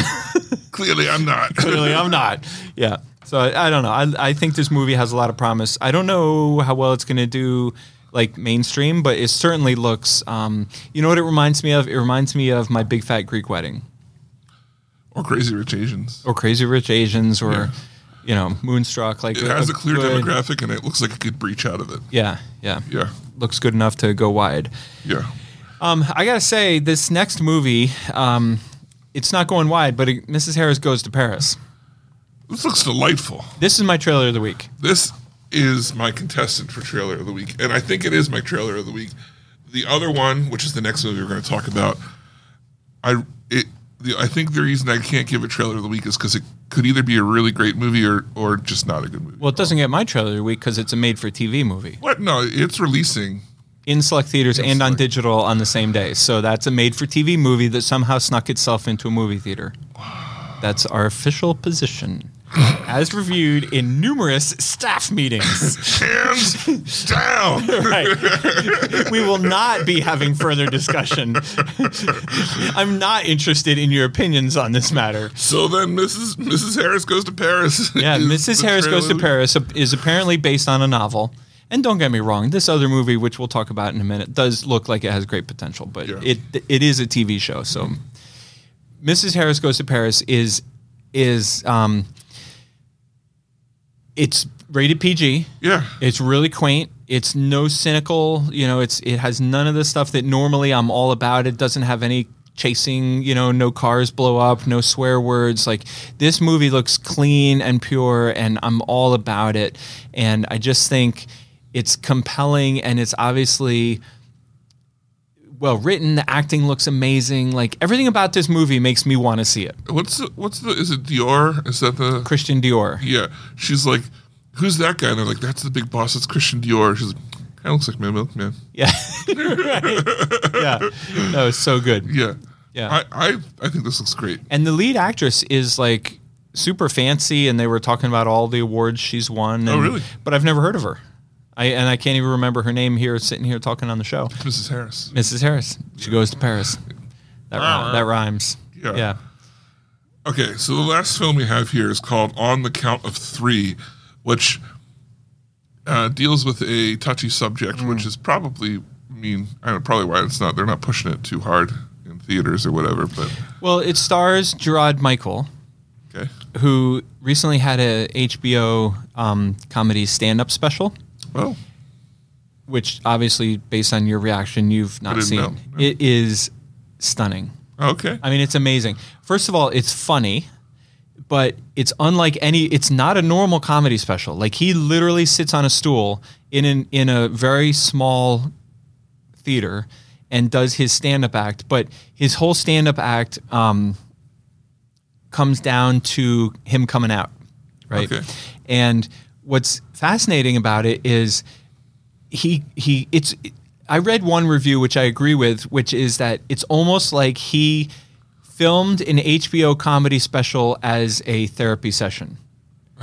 Speaker 2: Clearly, I'm not.
Speaker 3: clearly I'm not. Yeah. So I, I don't know. I, I think this movie has a lot of promise. I don't know how well it's going to do like mainstream, but it certainly looks. Um, you know what it reminds me of? It reminds me of my Big Fat Greek Wedding
Speaker 2: or crazy rich Asians.
Speaker 3: or Crazy Rich Asians or
Speaker 2: Yeah.
Speaker 3: you know Moonstruck. Like
Speaker 2: It has a clear
Speaker 3: good-
Speaker 2: demographic, and it looks like it could breach out of it.
Speaker 3: Yeah, yeah.
Speaker 2: Yeah,
Speaker 3: Looks good enough to go wide.
Speaker 2: yeah.
Speaker 3: Um, I gotta say, this next movie, um, it's not going wide, but it, Mrs. Harris goes to Paris.
Speaker 2: This looks delightful.
Speaker 3: This is my trailer of the week.
Speaker 2: This is my contestant for trailer of the week, and I think it is my trailer of the week. The other one, which is the next movie we're going to talk about, I it the, I think the reason I can't give a trailer of the week is because it could either be a really great movie or or just not a good movie.
Speaker 3: Well, it doesn't get my trailer of the week because it's a made-for-TV movie.
Speaker 2: what? No, it's releasing.
Speaker 3: in select theaters and on
Speaker 2: select-
Speaker 3: digital on the same day. So that's a made for TV movie that somehow snuck itself into a movie theater. That's our official position. As reviewed in numerous staff meetings,
Speaker 2: Hands down.
Speaker 3: we will not be having further discussion. I'm not interested in your opinions on this matter.
Speaker 2: So then, Mrs. Mrs. Harris goes to Paris.
Speaker 3: Yeah,
Speaker 2: is
Speaker 3: Mrs.
Speaker 2: the
Speaker 3: Harris
Speaker 2: trailer
Speaker 3: Goes
Speaker 2: of
Speaker 3: to
Speaker 2: the week.
Speaker 3: Paris is apparently based on a novel. And don't get me wrong, this other movie, which we'll talk about in a minute, does look like it has great potential, but
Speaker 2: Yeah.
Speaker 3: it it is a TV show. So, Mrs. Harris Goes to Paris is is um, it's rated PG.
Speaker 2: Yeah,
Speaker 3: It's really quaint. It's no cynical, you know, it's it has none of the stuff that normally I'm all about. It doesn't have any chasing, you know, no cars blow up, no swear words. Like this movie looks clean and pure and I'm all about it. And I just think it's compelling and it's obviously well written. The acting looks amazing. Like everything about this movie makes me want to see it.
Speaker 2: what's the, what's the is it Dior? Is that the
Speaker 3: Christian Dior.
Speaker 2: Yeah. She's like, who's that guy? And they're like, that's the big boss. It's Christian Dior. She's like, kind of looks like my milkman.
Speaker 3: Yeah. right. Yeah. No, it's so good.
Speaker 2: Yeah.
Speaker 3: Yeah.
Speaker 2: I, I, I think this looks great.
Speaker 3: And the lead actress is like super fancy, and they were talking about all the awards she's won. And,
Speaker 2: Oh, really?
Speaker 3: But I've never heard of her. I and I can't even remember her name here, sitting here talking on the show.
Speaker 2: Mrs. Harris.
Speaker 3: Mrs. Harris. She goes to Paris. That, rhy- that rhymes.
Speaker 2: Ah. Yeah.
Speaker 3: yeah.
Speaker 2: Okay. So the last film we have here is called On the Count of Three, which uh, deals with a touchy subject, which is probably, I mean, I don't know, probably why it's not, they're not pushing it too hard in theaters or whatever, but
Speaker 3: Well, it stars Gerard Michael,
Speaker 2: Okay.
Speaker 3: who recently had a HBO um, comedy stand-up special,
Speaker 2: Oh,
Speaker 3: which obviously, based on your reaction, you've not
Speaker 2: didn't
Speaker 3: seen.
Speaker 2: know.
Speaker 3: It is stunning.
Speaker 2: okay.
Speaker 3: I mean, it's amazing. First of all, it's funny, but it's unlike any. It's not a normal comedy special. Like he literally sits on a stool in an in a very small theater and does his stand up act. But his whole stand up act um, comes down to him coming out, right?
Speaker 2: Okay.
Speaker 3: And what's fascinating about it is he he it's I read one review which I agree with, which is that it's almost like he filmed an HBO comedy special as a therapy session.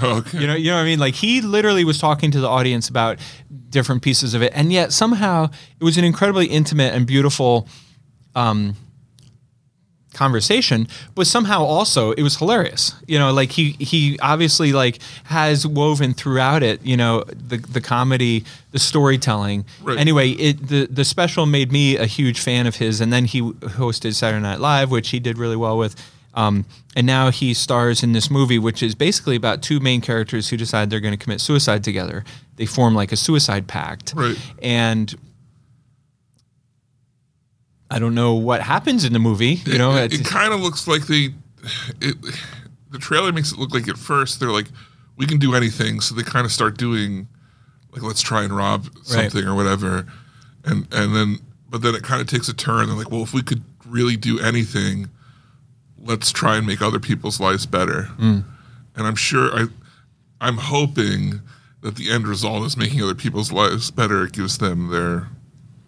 Speaker 2: Okay.
Speaker 3: You know, you know what I mean? Like he literally was talking to the audience about different pieces of it, and yet somehow it was an incredibly intimate and beautiful um, conversation. But somehow also it was hilarious. You know, like he he obviously like has woven throughout it. You know, the the comedy, the storytelling.
Speaker 2: Right.
Speaker 3: Anyway, it the the special made me a huge fan of his, and then he hosted Saturday Night Live, which he did really well with. Um, and now he stars in this movie, which is basically about two main characters who decide they're going to commit suicide together. They form like a suicide pact,
Speaker 2: Right.
Speaker 3: and I don't know what happens in the movie. You know,
Speaker 2: it,
Speaker 3: it's-
Speaker 2: kind of looks like they. It, the trailer makes it look like at first they're like, we can do anything, so they kind of start doing, like, let's try and rob something or whatever, and and then but then it kind of takes a turn. They're like, well, if we could really do anything, let's try and make other people's lives better.
Speaker 3: Hmm.
Speaker 2: And I'm sure I, I'm hoping that the end result is making other people's lives better. It gives them their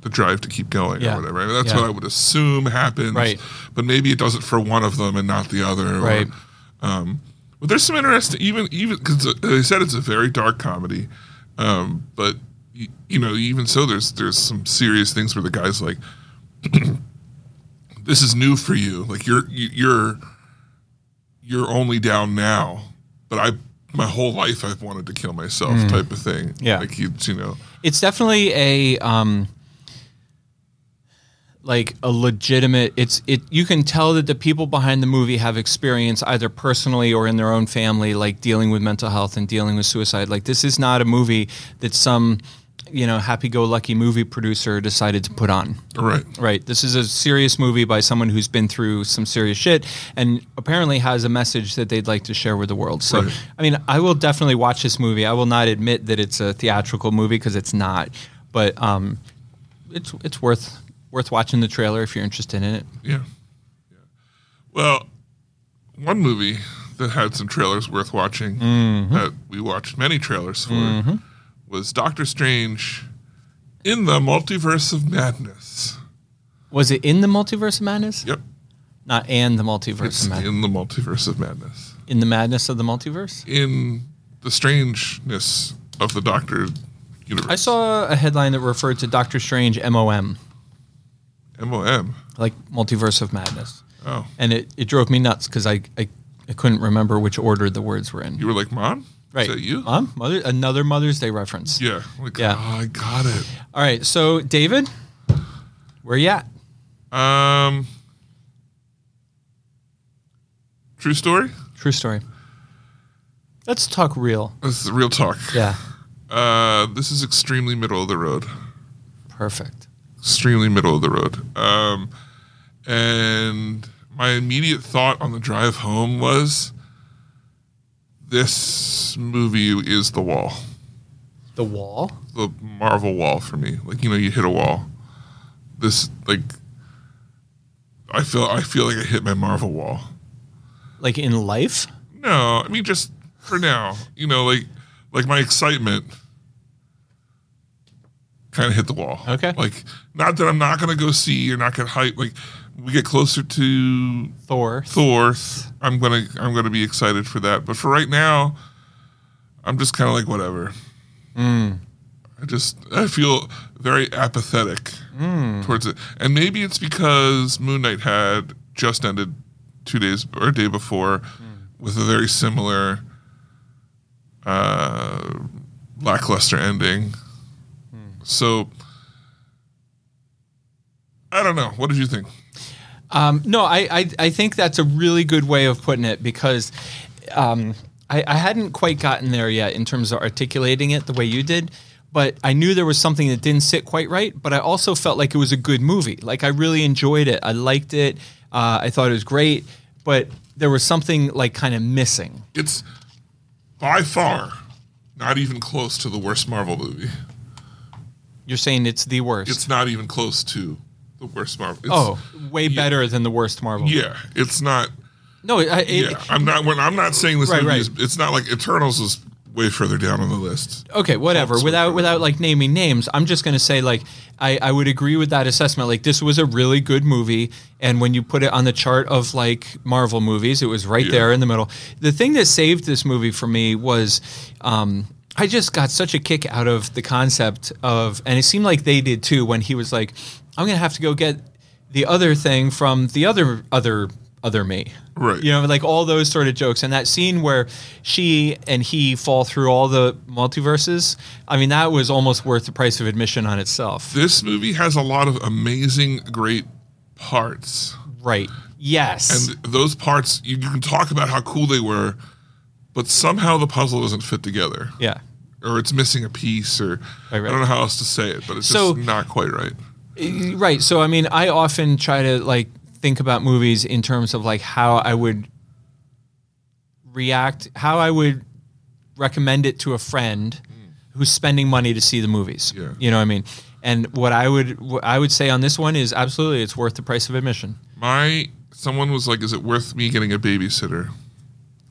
Speaker 2: the drive to keep going
Speaker 3: Yeah.
Speaker 2: or whatever. I mean, that's
Speaker 3: Yeah.
Speaker 2: what I would assume happens
Speaker 3: Right.
Speaker 2: but maybe it does it for one of them and not the other. or-
Speaker 3: Right.
Speaker 2: um, but there's some interesting, even even because they said it's a very dark comedy, um, but y- you know, even so, there's there's some serious things where the guy's like, "This is new for you. Like you're you- you're you're only down now, but I." My whole life, I've wanted to kill myself, type of thing.
Speaker 3: Hmm. Yeah.
Speaker 2: like you, you know,
Speaker 3: it's definitely a um like a legitimate it's it you can tell that the people behind the movie have experience either personally or in their own family like dealing with mental health and dealing with suicide like this is not a movie that some you know happy-go-lucky movie producer decided to put on
Speaker 2: right?
Speaker 3: Right. This is a serious movie by someone who's been through some serious shit and apparently has a message that they'd like to share with the world. So,
Speaker 2: Right.
Speaker 3: I mean, I will definitely watch this movie. I will not admit that it's a theatrical movie because it's not, but um, it's it's worth worth watching the trailer if you're interested in it.
Speaker 2: Yeah. yeah. Well, one movie that had some trailers worth watching
Speaker 3: Mm-hmm.
Speaker 2: that we watched many trailers for was Doctor Strange in the Multiverse of Madness.
Speaker 3: Was it in the Multiverse of Madness?
Speaker 2: Yep.
Speaker 3: Not and the Multiverse
Speaker 2: It's
Speaker 3: of Madness.
Speaker 2: in the Multiverse of Madness.
Speaker 3: In the Madness of the Multiverse.
Speaker 2: In the strangeness of the Doctor universe.
Speaker 3: I saw a headline that referred to Doctor Strange MOM,
Speaker 2: MOM.
Speaker 3: like Multiverse of Madness.
Speaker 2: Oh.
Speaker 3: and it, it drove me nuts because I, I I couldn't remember which order the words were in.
Speaker 2: You were like, Mom?
Speaker 3: Right,
Speaker 2: Is that you?
Speaker 3: Mom, mother, another Mother's Day reference.
Speaker 2: Yeah. I'm Like,
Speaker 3: Yeah.
Speaker 2: oh, I got it.
Speaker 3: All right, so David, where you at?
Speaker 2: Um, true story?
Speaker 3: True story. Let's talk real.
Speaker 2: This is real talk.
Speaker 3: Yeah,
Speaker 2: Uh, this is extremely middle of the road.
Speaker 3: perfect.
Speaker 2: Extremely middle of the road. Um, and my immediate thought on the drive home was this movie is the wall,
Speaker 3: The wall.
Speaker 2: the Marvel wall for me. Like, you know, you hit a wall. This, like, I feel, I feel like I hit my Marvel wall.
Speaker 3: Like in life,
Speaker 2: No, I mean, just for now, you know, like, like my excitement kind of hit the wall.
Speaker 3: Okay.
Speaker 2: Like, not that I'm not going to go see or not get hype. Like, we get closer to
Speaker 3: Thor.
Speaker 2: Thor, I'm gonna I'm gonna be excited for that. But for right now, I'm just kind of like whatever. I just I feel very apathetic towards it, and maybe it's because Moon Knight had just ended two days or a day before with a very similar uh, lackluster ending. So I don't know. What did you think?
Speaker 3: Um, no, I, I I think that's a really good way of putting it because um, I, I hadn't quite gotten there yet in terms of articulating it the way you did, but I knew there was something that didn't sit quite right. But I also felt like it was a good movie. Like I really enjoyed it. I liked it. Uh, I thought it was great, but there was something like kind of missing.
Speaker 2: It's by far not even close to the worst Marvel movie.
Speaker 3: You're saying it's the worst.
Speaker 2: It's not even close to the worst Marvel. It's,
Speaker 3: oh, way better than the worst Marvel.
Speaker 2: yeah, it's not.
Speaker 3: No, I, it,
Speaker 2: Yeah, I'm not. When I'm not saying this
Speaker 3: Right,
Speaker 2: movie
Speaker 3: right.
Speaker 2: is. It's not like Eternals is way further down on the list.
Speaker 3: okay, whatever. Without without like naming names, I'm just gonna say like I, I would agree with that assessment. Like this was a really good movie, and when you put it on the chart of like Marvel movies, it was right
Speaker 2: Yeah.
Speaker 3: there in the middle. The thing that saved this movie for me was. Um, I just got such a kick out of the concept of, and it seemed like they did too when he was like, "I'm gonna have to go get the other thing from the other other other me."
Speaker 2: Right.
Speaker 3: You know, like all those sort of jokes. And that scene where she and he fall through all the multiverses, I mean, that was almost worth the price of admission on itself.
Speaker 2: This movie has a lot of amazing, great parts.
Speaker 3: Right. Yes.
Speaker 2: And those parts, you, you can talk about how cool they were, but somehow the puzzle doesn't fit together.
Speaker 3: yeah.
Speaker 2: Or it's missing a piece, or
Speaker 3: Right, right.
Speaker 2: I don't know how else to say it, but it's
Speaker 3: So-
Speaker 2: just not quite right.
Speaker 3: Right. So, I mean, I often try to like think about movies in terms of like how I would react, how I would recommend it to a friend who's spending money to see the movies.
Speaker 2: Yeah.
Speaker 3: You know what I mean? And what I would what I would say on this one is absolutely it's worth the price of admission.
Speaker 2: My someone was like, "Is it worth me getting a babysitter?" to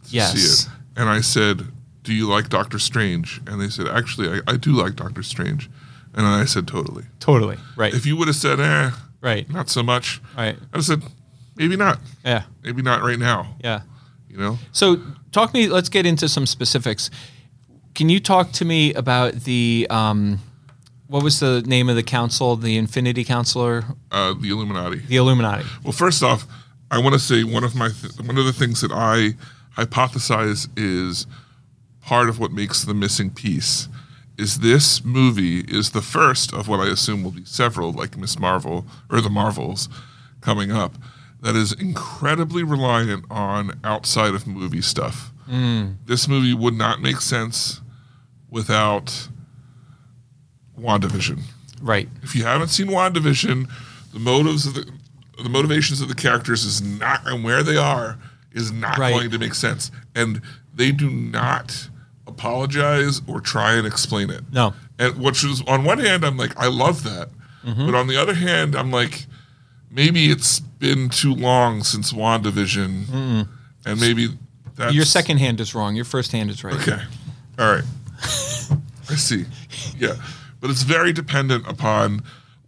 Speaker 3: Yes.
Speaker 2: see it. And I said, Do you like Doctor Strange? And they said, Actually, I, I do like Doctor Strange. And I said, Totally.
Speaker 3: Totally. Right.
Speaker 2: If you would have said, Eh,
Speaker 3: right.
Speaker 2: not so much,
Speaker 3: Right.
Speaker 2: I said, Maybe not.
Speaker 3: Yeah.
Speaker 2: Maybe not right now.
Speaker 3: Yeah.
Speaker 2: You know?
Speaker 3: So talk me. Let's get into some specifics. Can you talk to me about the um, what was the name of the council? The Infinity Council or
Speaker 2: Uh, the Illuminati.
Speaker 3: the Illuminati?
Speaker 2: Well, first off, I want to say one of my th- one of the things that I hypothesize is part of what makes the missing piece is this movie is the first of what I assume will be several, like Miss Marvel or the Marvels, coming up. That is incredibly reliant on outside of movie stuff. This movie would not make sense without WandaVision
Speaker 3: Right.
Speaker 2: if you haven't seen WandaVision, the motives of the the motivations of the characters is not and where they are is not
Speaker 3: Right.
Speaker 2: going to make sense. And they do not apologize or try and explain it.
Speaker 3: No.
Speaker 2: And which is on one hand I'm like, I love that.
Speaker 3: Mm-hmm.
Speaker 2: But on the other hand, I'm like, maybe it's been too long since WandaVision and maybe that's
Speaker 3: Your second hand is wrong. Your first hand is right.
Speaker 2: Okay. All right. I see. Yeah. But it's very dependent upon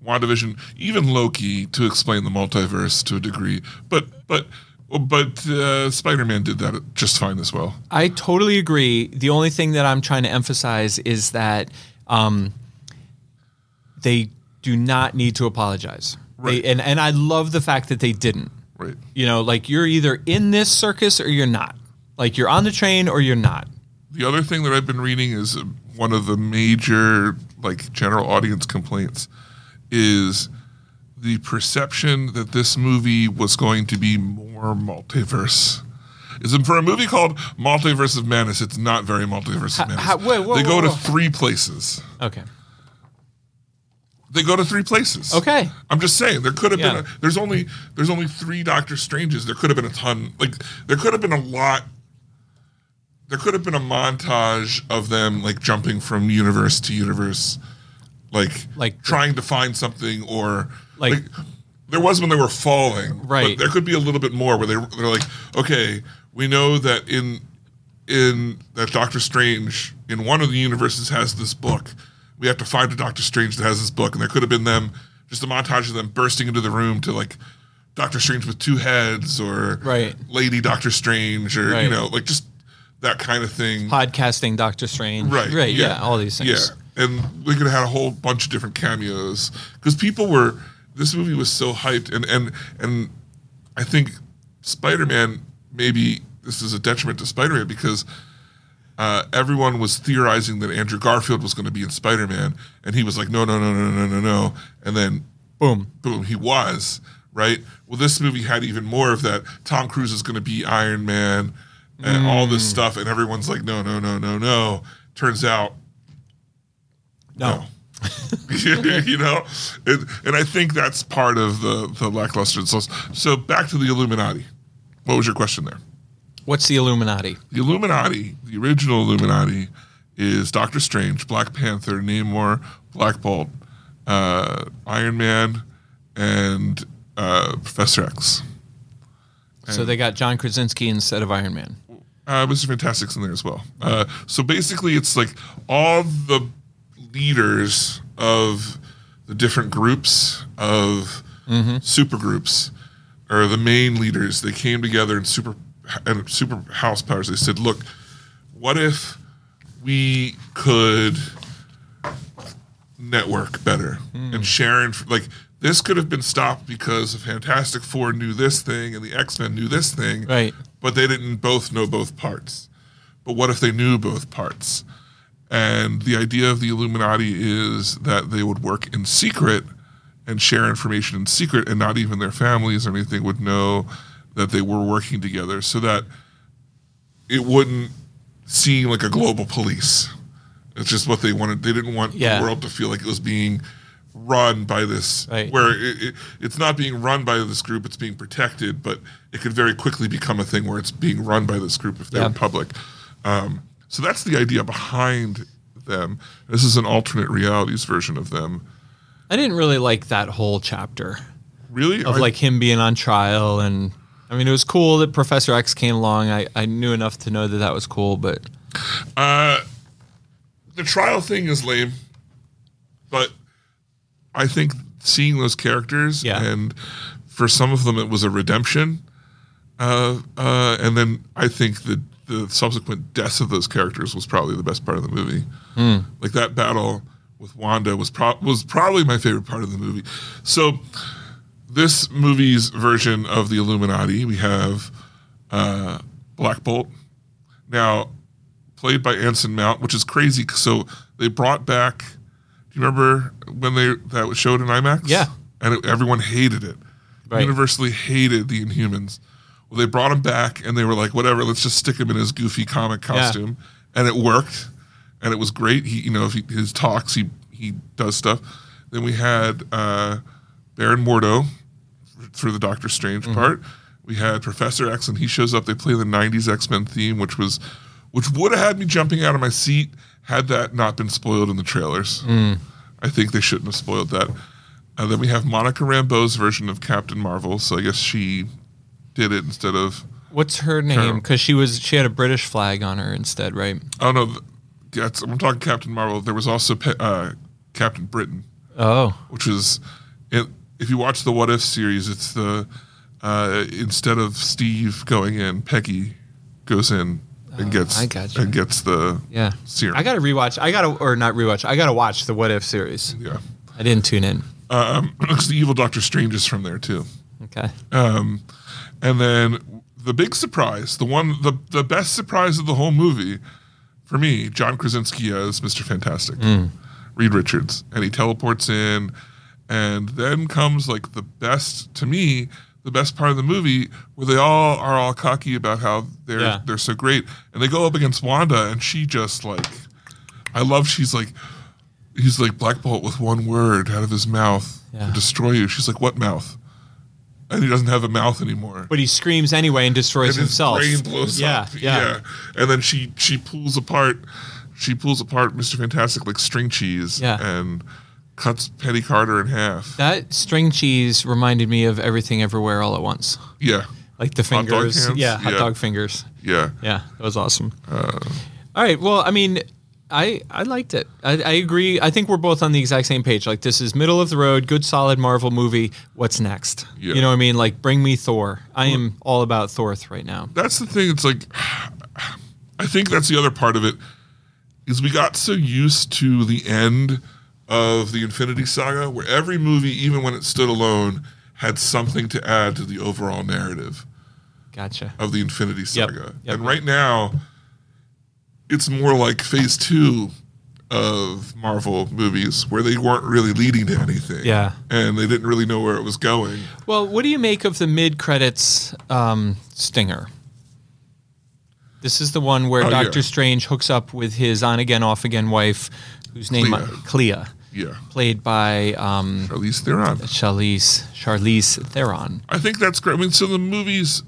Speaker 2: WandaVision, even Loki, to explain the multiverse to a degree. But but but uh, Spider-Man did that just fine as well.
Speaker 3: I totally agree. The only thing that I'm trying to emphasize is that um, they do not need to apologize.
Speaker 2: Right.
Speaker 3: They, and and I love the fact that they didn't.
Speaker 2: Right.
Speaker 3: You know, like you're either in this circus or you're not. Like you're on the train or you're not.
Speaker 2: The other thing that I've been reading is uh, one of the major like general audience complaints is the perception that this movie was going to be more multiverse. Is it- for a movie called Multiverse of Madness, it's not very Multiverse of Madness.
Speaker 3: ha- wait, whoa,
Speaker 2: they
Speaker 3: whoa,
Speaker 2: go to
Speaker 3: whoa.
Speaker 2: three places.
Speaker 3: Okay.
Speaker 2: They go to three places.
Speaker 3: Okay.
Speaker 2: I'm just saying there could have
Speaker 3: Yeah.
Speaker 2: been a, there's only there's only three Doctor Stranges. There could have been a ton like there could have been a lot there could have been a montage of them like jumping from universe to universe like
Speaker 3: Like-
Speaker 2: trying to find something or
Speaker 3: Like-
Speaker 2: there was when they were falling.
Speaker 3: Right.
Speaker 2: But there could be a little bit more where they they're like, okay, we know that in in that Doctor Strange in one of the universes has this book. We have to find a Doctor Strange that has this book, and there could have been them just a montage of them bursting into the room to like Doctor Strange with two heads or
Speaker 3: Right.
Speaker 2: Lady Doctor Strange or you
Speaker 3: Right.
Speaker 2: know like just that kind of thing.
Speaker 3: Podcasting Doctor Strange.
Speaker 2: Right.
Speaker 3: Right. Yeah. all these things.
Speaker 2: Yeah. And we could have had a whole bunch of different cameos because people were. This movie was so hyped, and and and I think Spider Man maybe this is a detriment to Spider Man because uh, everyone was theorizing that Andrew Garfield was going to be in Spider Man, and he was like, no, no, no, no, no, no, no, and then
Speaker 3: Boom.
Speaker 2: boom, he was right. Well, this movie had even more of that. Tom Cruise is going to be Iron Man, and all this stuff, and everyone's like, no, no, no, no, no. Turns out,
Speaker 4: No.
Speaker 2: you know, and, and I think that's part of the the lackluster. So, so back to the Illuminati. What was your question there?
Speaker 3: What's the Illuminati?
Speaker 2: The Illuminati, the original Illuminati, is Doctor Strange, Black Panther, Namor, Black Bolt, uh, Iron Man, and uh, Professor X.
Speaker 3: So they got John Krasinski instead of Iron Man.
Speaker 2: Uh, Mr. Fantastic's in there as well. Uh, so basically, it's like all the leaders of the different groups of supergroups are the main leaders. They came together in super and super house powers. They said, "Look, what if we could network better and share inf- like." This could have been stopped because the Fantastic Four knew this thing and the X Men knew this thing
Speaker 3: Right.
Speaker 2: but they didn't both know both parts. But what if they knew both parts? And the idea of the Illuminati is that they would work in secret and share information in secret, and not even their families or anything would know that they were working together so that it wouldn't seem like a global police. It's just what they wanted. They didn't want
Speaker 3: Yeah.
Speaker 2: the world to feel like it was being run by this,
Speaker 3: Right.
Speaker 2: where it, it, it's not being run by this group, it's being protected, but it could very quickly become a thing where it's being run by this group if they're
Speaker 3: Yeah.
Speaker 2: in public. Um, so that's the idea behind them. This is an alternate realities version of them.
Speaker 3: I didn't really like that whole chapter
Speaker 2: Really?
Speaker 3: of
Speaker 2: I-
Speaker 3: like him being on trial and I mean it was cool that Professor X came along. I, I knew enough to know that that was cool, but
Speaker 2: the trial thing is lame, but I think seeing those characters
Speaker 3: Yeah.
Speaker 2: and for some of them it was a redemption, uh, uh, and then I think the the subsequent deaths of those characters was probably the best part of the movie. Like that battle with Wanda was pro- was probably my favorite part of the movie. So this movie's version of the Illuminati, we have uh, Black Bolt. Now, played by Anson Mount, which is crazy. So they brought back. Do you remember when they that was showed in IMAX?
Speaker 3: Yeah.
Speaker 2: and it, everyone hated it.
Speaker 3: Right.
Speaker 2: Universally hated the Inhumans. Well, they brought him back, and they were like, "Whatever, let's just stick him in his goofy comic costume," and it worked, and it was great. He, you know, if he, his talks, he he does stuff. Then we had uh, Baron Mordo for the Doctor Strange part. We had Professor X, and he shows up. They play the '90s X Men theme, which was, which would have had me jumping out of my seat had that not been spoiled in the trailers. I think they shouldn't have spoiled that. And Uh, then we have Monica Rambeau's version of Captain Marvel. So I guess she did it instead of.
Speaker 3: what's her name? Because she was she had a British flag on her instead, right?
Speaker 2: Oh no, th- that's, I'm talking Captain Marvel. There was also Pe- uh, Captain Britain.
Speaker 3: Oh.
Speaker 2: which is it, if you watch the What If series, it's the uh, instead of Steve going in, Peggy goes in and gets
Speaker 3: Oh, I gotcha.
Speaker 2: and gets the
Speaker 3: Yeah.
Speaker 2: serum.
Speaker 3: I gotta rewatch I gotta or not rewatch. I gotta watch the what if series.
Speaker 2: yeah.
Speaker 3: I didn't tune in.
Speaker 2: Um, 'cause the evil Doctor Strange is from there too.
Speaker 3: Okay.
Speaker 2: Um, and then the big surprise, the one, the the best surprise of the whole movie, for me, John Krasinski as Mister Fantastic,
Speaker 3: Mm.
Speaker 2: Reed Richards, and he teleports in, and then comes like the best to me, the best part of the movie where they all are all cocky about how they're
Speaker 3: Yeah.
Speaker 2: they're so great, and they go up against Wanda, and she just like, I love she's like. He's like Black Bolt with one word out of his mouth
Speaker 3: Yeah.
Speaker 2: to destroy you. She's like, "What mouth?" and he doesn't have a mouth anymore.
Speaker 3: But he screams anyway and destroys
Speaker 2: and his
Speaker 3: himself.
Speaker 2: brain blows
Speaker 3: yeah,
Speaker 2: up.
Speaker 3: Yeah.
Speaker 2: And then she she pulls apart she pulls apart Mr. Fantastic like string cheese
Speaker 3: Yeah.
Speaker 2: and cuts Penny Carter in half.
Speaker 3: That string cheese reminded me of everything everywhere all at once.
Speaker 2: yeah.
Speaker 3: Like the
Speaker 2: Hot dog
Speaker 3: fingers.
Speaker 2: hands?
Speaker 3: yeah, hot
Speaker 2: Yeah. Uh.
Speaker 3: dog fingers.
Speaker 2: Yeah.
Speaker 3: Yeah, that was awesome. All right. Well, I mean, I I liked it. I, I agree. I think we're both on the exact same page. Like this is middle of the road, good solid Marvel movie. What's next?
Speaker 2: Yeah.
Speaker 3: You know what I mean? Like bring me Thor. I am all about Thor th- right now.
Speaker 2: That's the thing, it's like I think that's the other part of it is we got so used to the end of the Infinity Saga where every movie, even when it stood alone, had something to add to the overall narrative.
Speaker 3: Gotcha.
Speaker 2: of the Infinity
Speaker 3: Yep,
Speaker 2: Saga.
Speaker 3: yep.
Speaker 2: And right now, it's more like phase two of Marvel movies where they weren't really leading to anything.
Speaker 3: Yeah.
Speaker 2: And they didn't really know where it was going.
Speaker 3: Well, what do you make of the mid credits um, stinger? This is the one where
Speaker 2: Oh, yeah.
Speaker 3: Doctor Strange hooks up with his on again, off again wife, whose name
Speaker 2: Clea.
Speaker 3: I- Clea,
Speaker 2: Yeah.
Speaker 3: played by um,
Speaker 2: At least they're on.
Speaker 3: Charlize Charlize Theron.
Speaker 2: I think that's great. I mean, so the movie's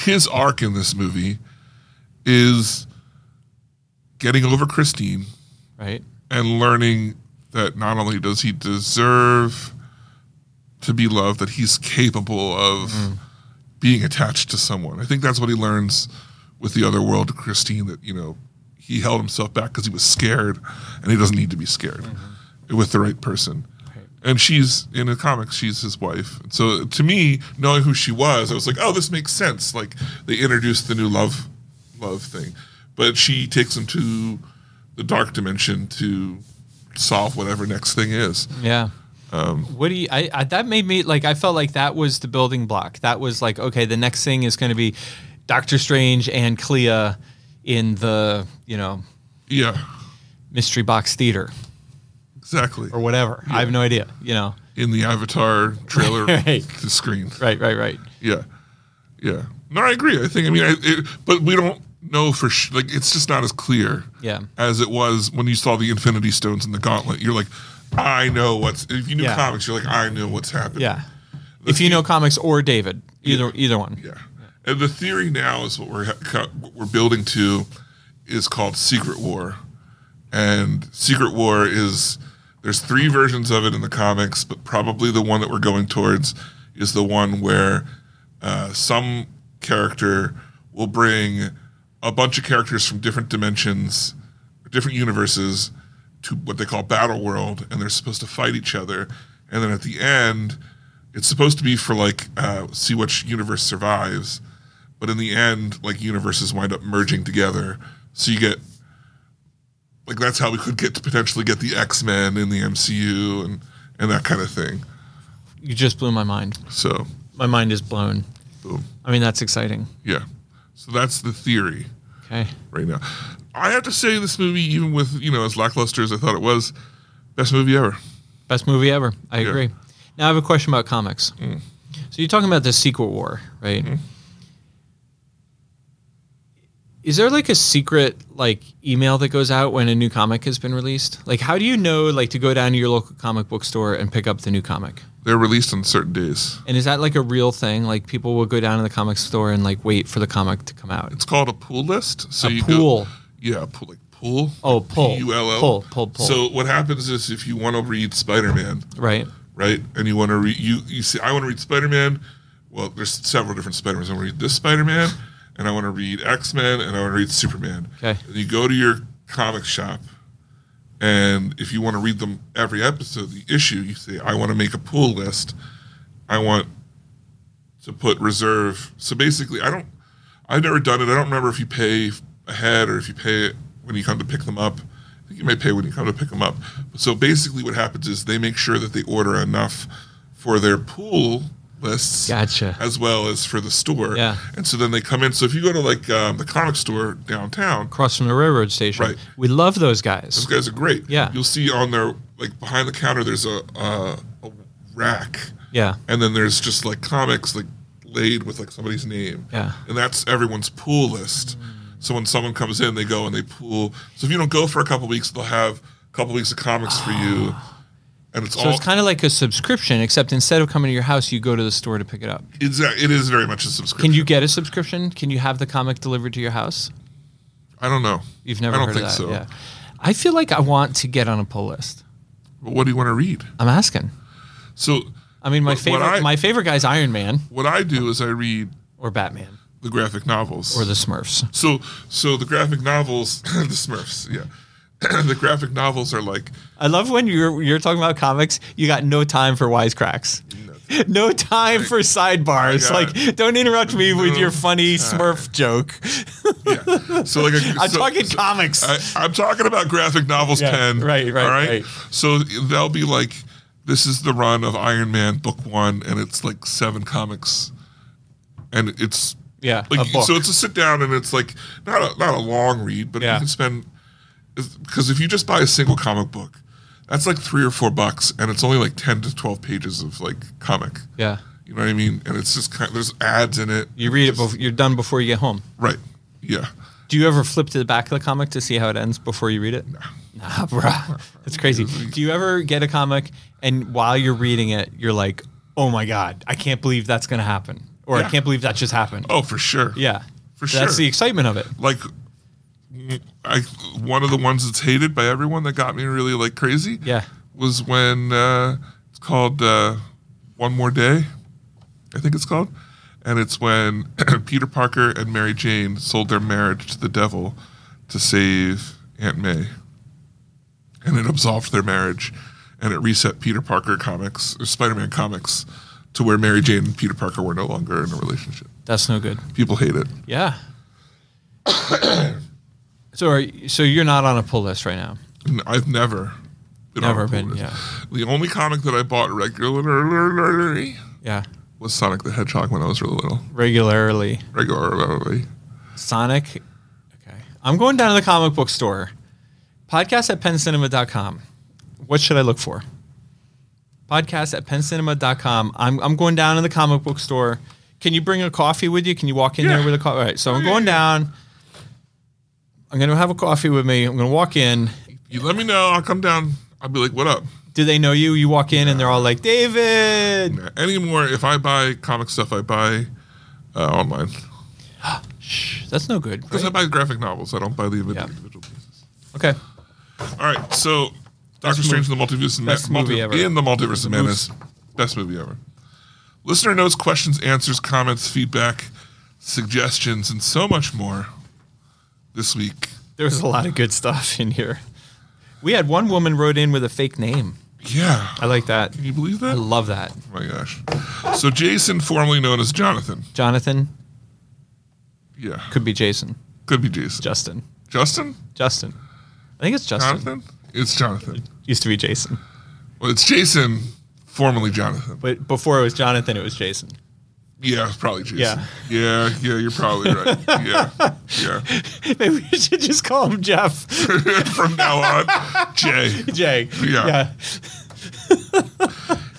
Speaker 2: his arc in this movie is getting over Christine
Speaker 3: Right?
Speaker 2: and learning that not only does he deserve to be loved, that he's capable of
Speaker 3: Mm.
Speaker 2: being attached to someone. I think that's what he learns with the other world, Christine, that, you know, he held himself back because he was scared and he doesn't need to be scared
Speaker 3: Mm-hmm.
Speaker 2: with the right person. And she's in the comics, she's his wife. And so to me, knowing who she was, I was like, oh, this makes sense. Like they introduced the new love love thing. But she takes him to the dark dimension to solve whatever next thing is.
Speaker 3: Yeah.
Speaker 2: Um,
Speaker 3: what do you? I, I that made me like. I felt like that was the building block. That was like okay. The next thing is going to be Doctor Strange and Clea in the you know
Speaker 2: Yeah,
Speaker 3: mystery box theater
Speaker 2: exactly.
Speaker 3: or whatever. I have no idea. You know.
Speaker 2: In the Avatar trailer,
Speaker 3: Right.
Speaker 2: the screen.
Speaker 3: Right. Right. Right.
Speaker 2: Yeah, yeah. No, I agree. I think. I mean, I, it, but we don't know for sure. Like, it's just not as clear.
Speaker 3: Yeah.
Speaker 2: As it was when you saw the Infinity Stones in the Gauntlet, you're like, I know what's. If you knew
Speaker 3: Yeah.
Speaker 2: comics, you're like, I know what's happening.
Speaker 3: Yeah. If you know comics or David, either either one.
Speaker 2: Yeah. And the theory now is what we're ha- co- what we're building to is called Secret War. And Secret War is there's three versions of it in the comics, but probably the one that we're going towards is the one where uh, some character will bring a bunch of characters from different dimensions, different universes to what they call Battle World, and they're supposed to fight each other. And then at the end, it's supposed to be for like uh, see which universe survives, but in the end, like universes wind up merging together, so you get like that's how we could get to potentially get the X Men in the MCU and and that kind of thing.
Speaker 3: You just blew my mind.
Speaker 2: So
Speaker 3: My mind is blown.
Speaker 2: boom,
Speaker 3: I mean, that's exciting.
Speaker 2: yeah. So that's the theory
Speaker 3: Okay.
Speaker 2: right now. I have to say, this movie, even with you know as lackluster as I thought it was, best movie ever.
Speaker 3: Best movie ever. I
Speaker 2: Yeah. Mm.
Speaker 3: agree. Now I have a question about comics. So you're talking about the secret war, right? Is there like a secret like email that goes out when a new comic has been released? Like how do you know like to go down to your local comic book store and pick up the new comic?
Speaker 2: They're released on certain days.
Speaker 3: And is that like a real thing? Like people will go down to the comic store and like wait for the comic to come out.
Speaker 2: It's called a pool list. So
Speaker 3: A
Speaker 2: you
Speaker 3: pool.
Speaker 2: Go, yeah, a pool like pool.
Speaker 3: Oh, pull.
Speaker 2: P-U-L-L.
Speaker 3: Pull, pull, pull.
Speaker 2: So what happens is if you want to read Spider Man,
Speaker 3: Right.
Speaker 2: right, and you want to read you you see I want to read Spider Man. Well, there's several different Spider Mans. I want to read this Spider Man, and I want to read X Men, and I want to read Superman.
Speaker 3: Okay.
Speaker 2: And you go to your comic shop, and if you want to read them every episode, the issue, you say I want to make a pool list. I want to put reserve. So basically, I don't. I've never done it. I don't remember if you pay ahead or if you pay it when you come to pick them up. I think you may pay when you come to pick them up. So basically, what happens is they make sure that they order enough for their pool lists,
Speaker 3: Gotcha.
Speaker 2: as well as for the store.
Speaker 3: Yeah.
Speaker 2: And so then they come in. So if you go to like um, the comic store downtown,
Speaker 3: Across from the railroad station.
Speaker 2: Right.
Speaker 3: We love those guys.
Speaker 2: those guys are great.
Speaker 3: Yeah.
Speaker 2: You'll see on their like behind the counter, there's a a, a rack
Speaker 3: Yeah.
Speaker 2: and then there's just like comics like laid with like somebody's name.
Speaker 3: Yeah.
Speaker 2: And that's everyone's pool list. So when someone comes in, they go and they pool. So if you don't go for a couple weeks, they'll have a couple weeks of comics for you. And it's
Speaker 3: Ah. So
Speaker 2: all
Speaker 3: it's kind of like a subscription, except instead of coming to your house, you go to the store to pick it up.
Speaker 2: it's a- it is very much a subscription.
Speaker 3: Can you get a subscription? Can you have the comic delivered to your house?
Speaker 2: I don't know.
Speaker 3: You've never
Speaker 2: I don't
Speaker 3: heard
Speaker 2: think
Speaker 3: of that.
Speaker 2: so.
Speaker 3: Yeah. I feel like I want to get on a pull list.
Speaker 2: But what do you want to read?
Speaker 3: I'm asking.
Speaker 2: So
Speaker 3: I mean, my
Speaker 2: What- what
Speaker 3: favorite
Speaker 2: I-
Speaker 3: my favorite guy's Iron Man
Speaker 2: what I do is I read
Speaker 3: or Batman
Speaker 2: the graphic novels
Speaker 3: or the Smurfs.
Speaker 2: So, so the graphic novels, the Smurfs, yeah. the graphic novels are like
Speaker 3: I love when you're you're talking about comics. You got no time for wisecracks, no time for sidebars.
Speaker 2: I
Speaker 3: Like,
Speaker 2: got-
Speaker 3: don't interrupt me with
Speaker 2: No
Speaker 3: your funny Smurf joke.
Speaker 2: yeah. So like a,
Speaker 3: I'm
Speaker 2: so-
Speaker 3: talking
Speaker 2: so-
Speaker 3: comics.
Speaker 2: I, I'm talking about graphic novels,
Speaker 3: Yeah,
Speaker 2: pen.
Speaker 3: right, right,
Speaker 2: All right.
Speaker 3: right.
Speaker 2: So they'll be like, this is the run of Iron Man book one, and it's like seven comics, and it's
Speaker 3: yeah,
Speaker 2: like
Speaker 3: a book.
Speaker 2: so it's a sit down, and it's like not a, not a long read, but
Speaker 3: Yeah.
Speaker 2: you can spend because if you just buy a single comic book, that's like three or four bucks, and it's only like ten to twelve pages of like comic.
Speaker 3: yeah,
Speaker 2: You know what I mean? And it's just kind. There's ads in it.
Speaker 3: you read it. Before, you're done before you get home.
Speaker 2: Right. Yeah.
Speaker 3: Do you ever flip to the back of the comic to see how it ends before you read it? Nah, bruh. That's crazy. Do you ever get a comic and while you're reading it, you're like, oh my God, I can't believe that's going to happen? Or I
Speaker 2: Yeah.
Speaker 3: can't believe that just happened.
Speaker 2: Oh, for sure.
Speaker 3: yeah.
Speaker 2: for
Speaker 3: That's
Speaker 2: sure.
Speaker 3: the excitement of it.
Speaker 2: Like, I one of the ones that's hated by everyone that got me really like crazy.
Speaker 3: Yeah.
Speaker 2: Was when uh, it's called uh, One More Day, I think it's called, and it's when Peter Parker and Mary Jane sold their marriage to the devil to save Aunt May, and it absolved their marriage, and it reset Peter Parker comics or Spider-Man comics to where Mary Jane and Peter Parker were no longer in a relationship.
Speaker 3: That's no good.
Speaker 2: People hate it.
Speaker 3: Yeah. so, are, you- so you're not on a pull list right now.
Speaker 2: N- I've never been
Speaker 3: Never
Speaker 2: on a pull
Speaker 3: been,
Speaker 2: list.
Speaker 3: yeah.
Speaker 2: The only comic that I bought regularly
Speaker 3: Yeah.
Speaker 2: was Sonic the Hedgehog when I was really little.
Speaker 3: Regularly.
Speaker 2: Regularly.
Speaker 3: Sonic. Okay. I'm going down to the comic book store. Podcast at pencinema.com. What should I look for? Podcast at pencinema.com. I'm, I'm going down to the comic book store. Can you bring a coffee with you? Can you walk in there with a coffee? All right. So I'm going down. I'm going to have a coffee with me. I'm going to walk in.
Speaker 2: You let me know. I'll come down. I'll be like, what up?
Speaker 3: Do they know you? You walk in and they're all like, David.
Speaker 2: Nah, Anymore, if I buy comic stuff, I buy uh, online.
Speaker 3: That's no good.
Speaker 2: Because I
Speaker 3: right?
Speaker 2: buy graphic novels. I don't buy the individ-
Speaker 3: Yeah.
Speaker 2: individual pieces.
Speaker 3: Okay.
Speaker 2: All right. So, Doctor Strange in the Multiverse of
Speaker 3: best
Speaker 2: Ma-
Speaker 3: movie
Speaker 2: Multi-
Speaker 3: ever.
Speaker 2: In the Multiverse of Madness. Best movie ever. Listener notes, questions, answers, comments, feedback, suggestions, and so much more this week.
Speaker 3: There was a lot of good stuff in here. We had one woman wrote in with a fake name.
Speaker 2: Yeah.
Speaker 3: I like that.
Speaker 2: Can you believe
Speaker 3: I
Speaker 2: that? Oh
Speaker 3: love that.
Speaker 2: my gosh. So, Jason, formerly known as Jonathan.
Speaker 3: Jonathan
Speaker 2: Yeah.
Speaker 3: could be Jason.
Speaker 2: Could be Jason.
Speaker 3: Justin.
Speaker 2: Justin?
Speaker 3: Justin. I think it's Justin.
Speaker 2: Jonathan? It's Jonathan.
Speaker 3: Used to be Jason.
Speaker 2: Well, it's Jason, formerly Jonathan.
Speaker 3: But before it was Jonathan, it was Jason.
Speaker 2: Yeah, it's probably Jason.
Speaker 3: Yeah.
Speaker 2: yeah, yeah, you're probably right. Yeah, yeah.
Speaker 3: Maybe we should just call him Jeff.
Speaker 2: From now on, Jay.
Speaker 3: Jay.
Speaker 2: Yeah.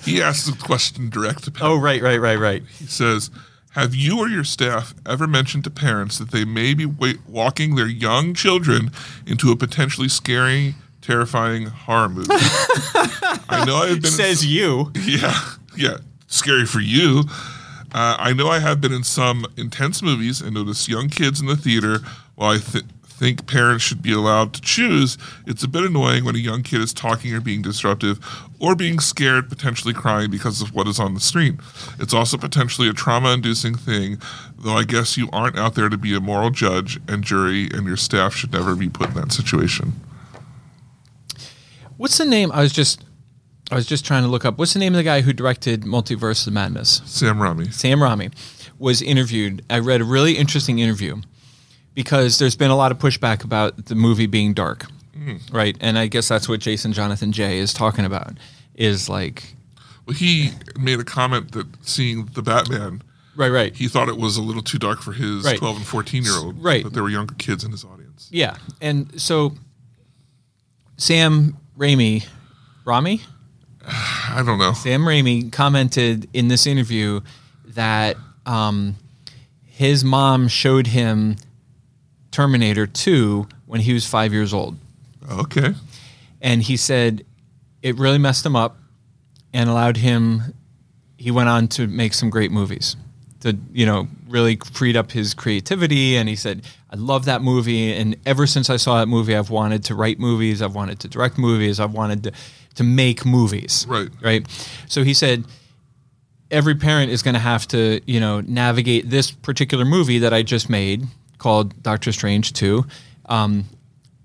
Speaker 2: He asked the question direct to parents.
Speaker 3: Oh, right, right, right, right.
Speaker 2: He says, "Have you or your staff ever mentioned to parents that they may be wait, walking their young children into a potentially scary, terrifying horror movie?" I know I've been
Speaker 3: Says you.
Speaker 2: Yeah, yeah. Scary for you. Uh, I know I have been in some intense movies and noticed young kids in the theater. While I th- think parents should be allowed to choose, it's a bit annoying when a young kid is talking or being disruptive or being scared, potentially crying because of what is on the screen. It's also potentially a trauma inducing thing, though I guess you aren't out there to be a moral judge and jury, and your staff should never be put in that situation.
Speaker 3: What's the name? I was just I was just trying to look up. What's the name of the guy who directed Multiverse of Madness?
Speaker 2: Sam Rami.
Speaker 3: Sam Rami was interviewed. I read a really interesting interview because there's been a lot of pushback about the movie being dark, right? And I guess that's what Jason Jonathan Jay is talking about. Is like,
Speaker 2: Well, he made a comment that seeing the Batman.
Speaker 3: right, right,
Speaker 2: he thought it was a little too dark for his
Speaker 3: Right.
Speaker 2: 12 and 14 year old
Speaker 3: Right.
Speaker 2: but there were younger kids in his audience
Speaker 3: yeah. And so, Sam Raimi, Rami,
Speaker 2: i don't know
Speaker 3: Sam Raimi commented in this interview that um, his mom showed him Terminator 2 when he was five years old.
Speaker 2: okay
Speaker 3: and he said it really messed him up and allowed him he went on to make some great movies to you know really freed up his creativity and he said i love that movie and ever since i saw that movie i've wanted to write movies i've wanted to direct movies i've wanted to, to make movies
Speaker 2: Right.
Speaker 3: right so he said every parent is going to have to you know navigate this particular movie that i just made called doctor strange 2 um,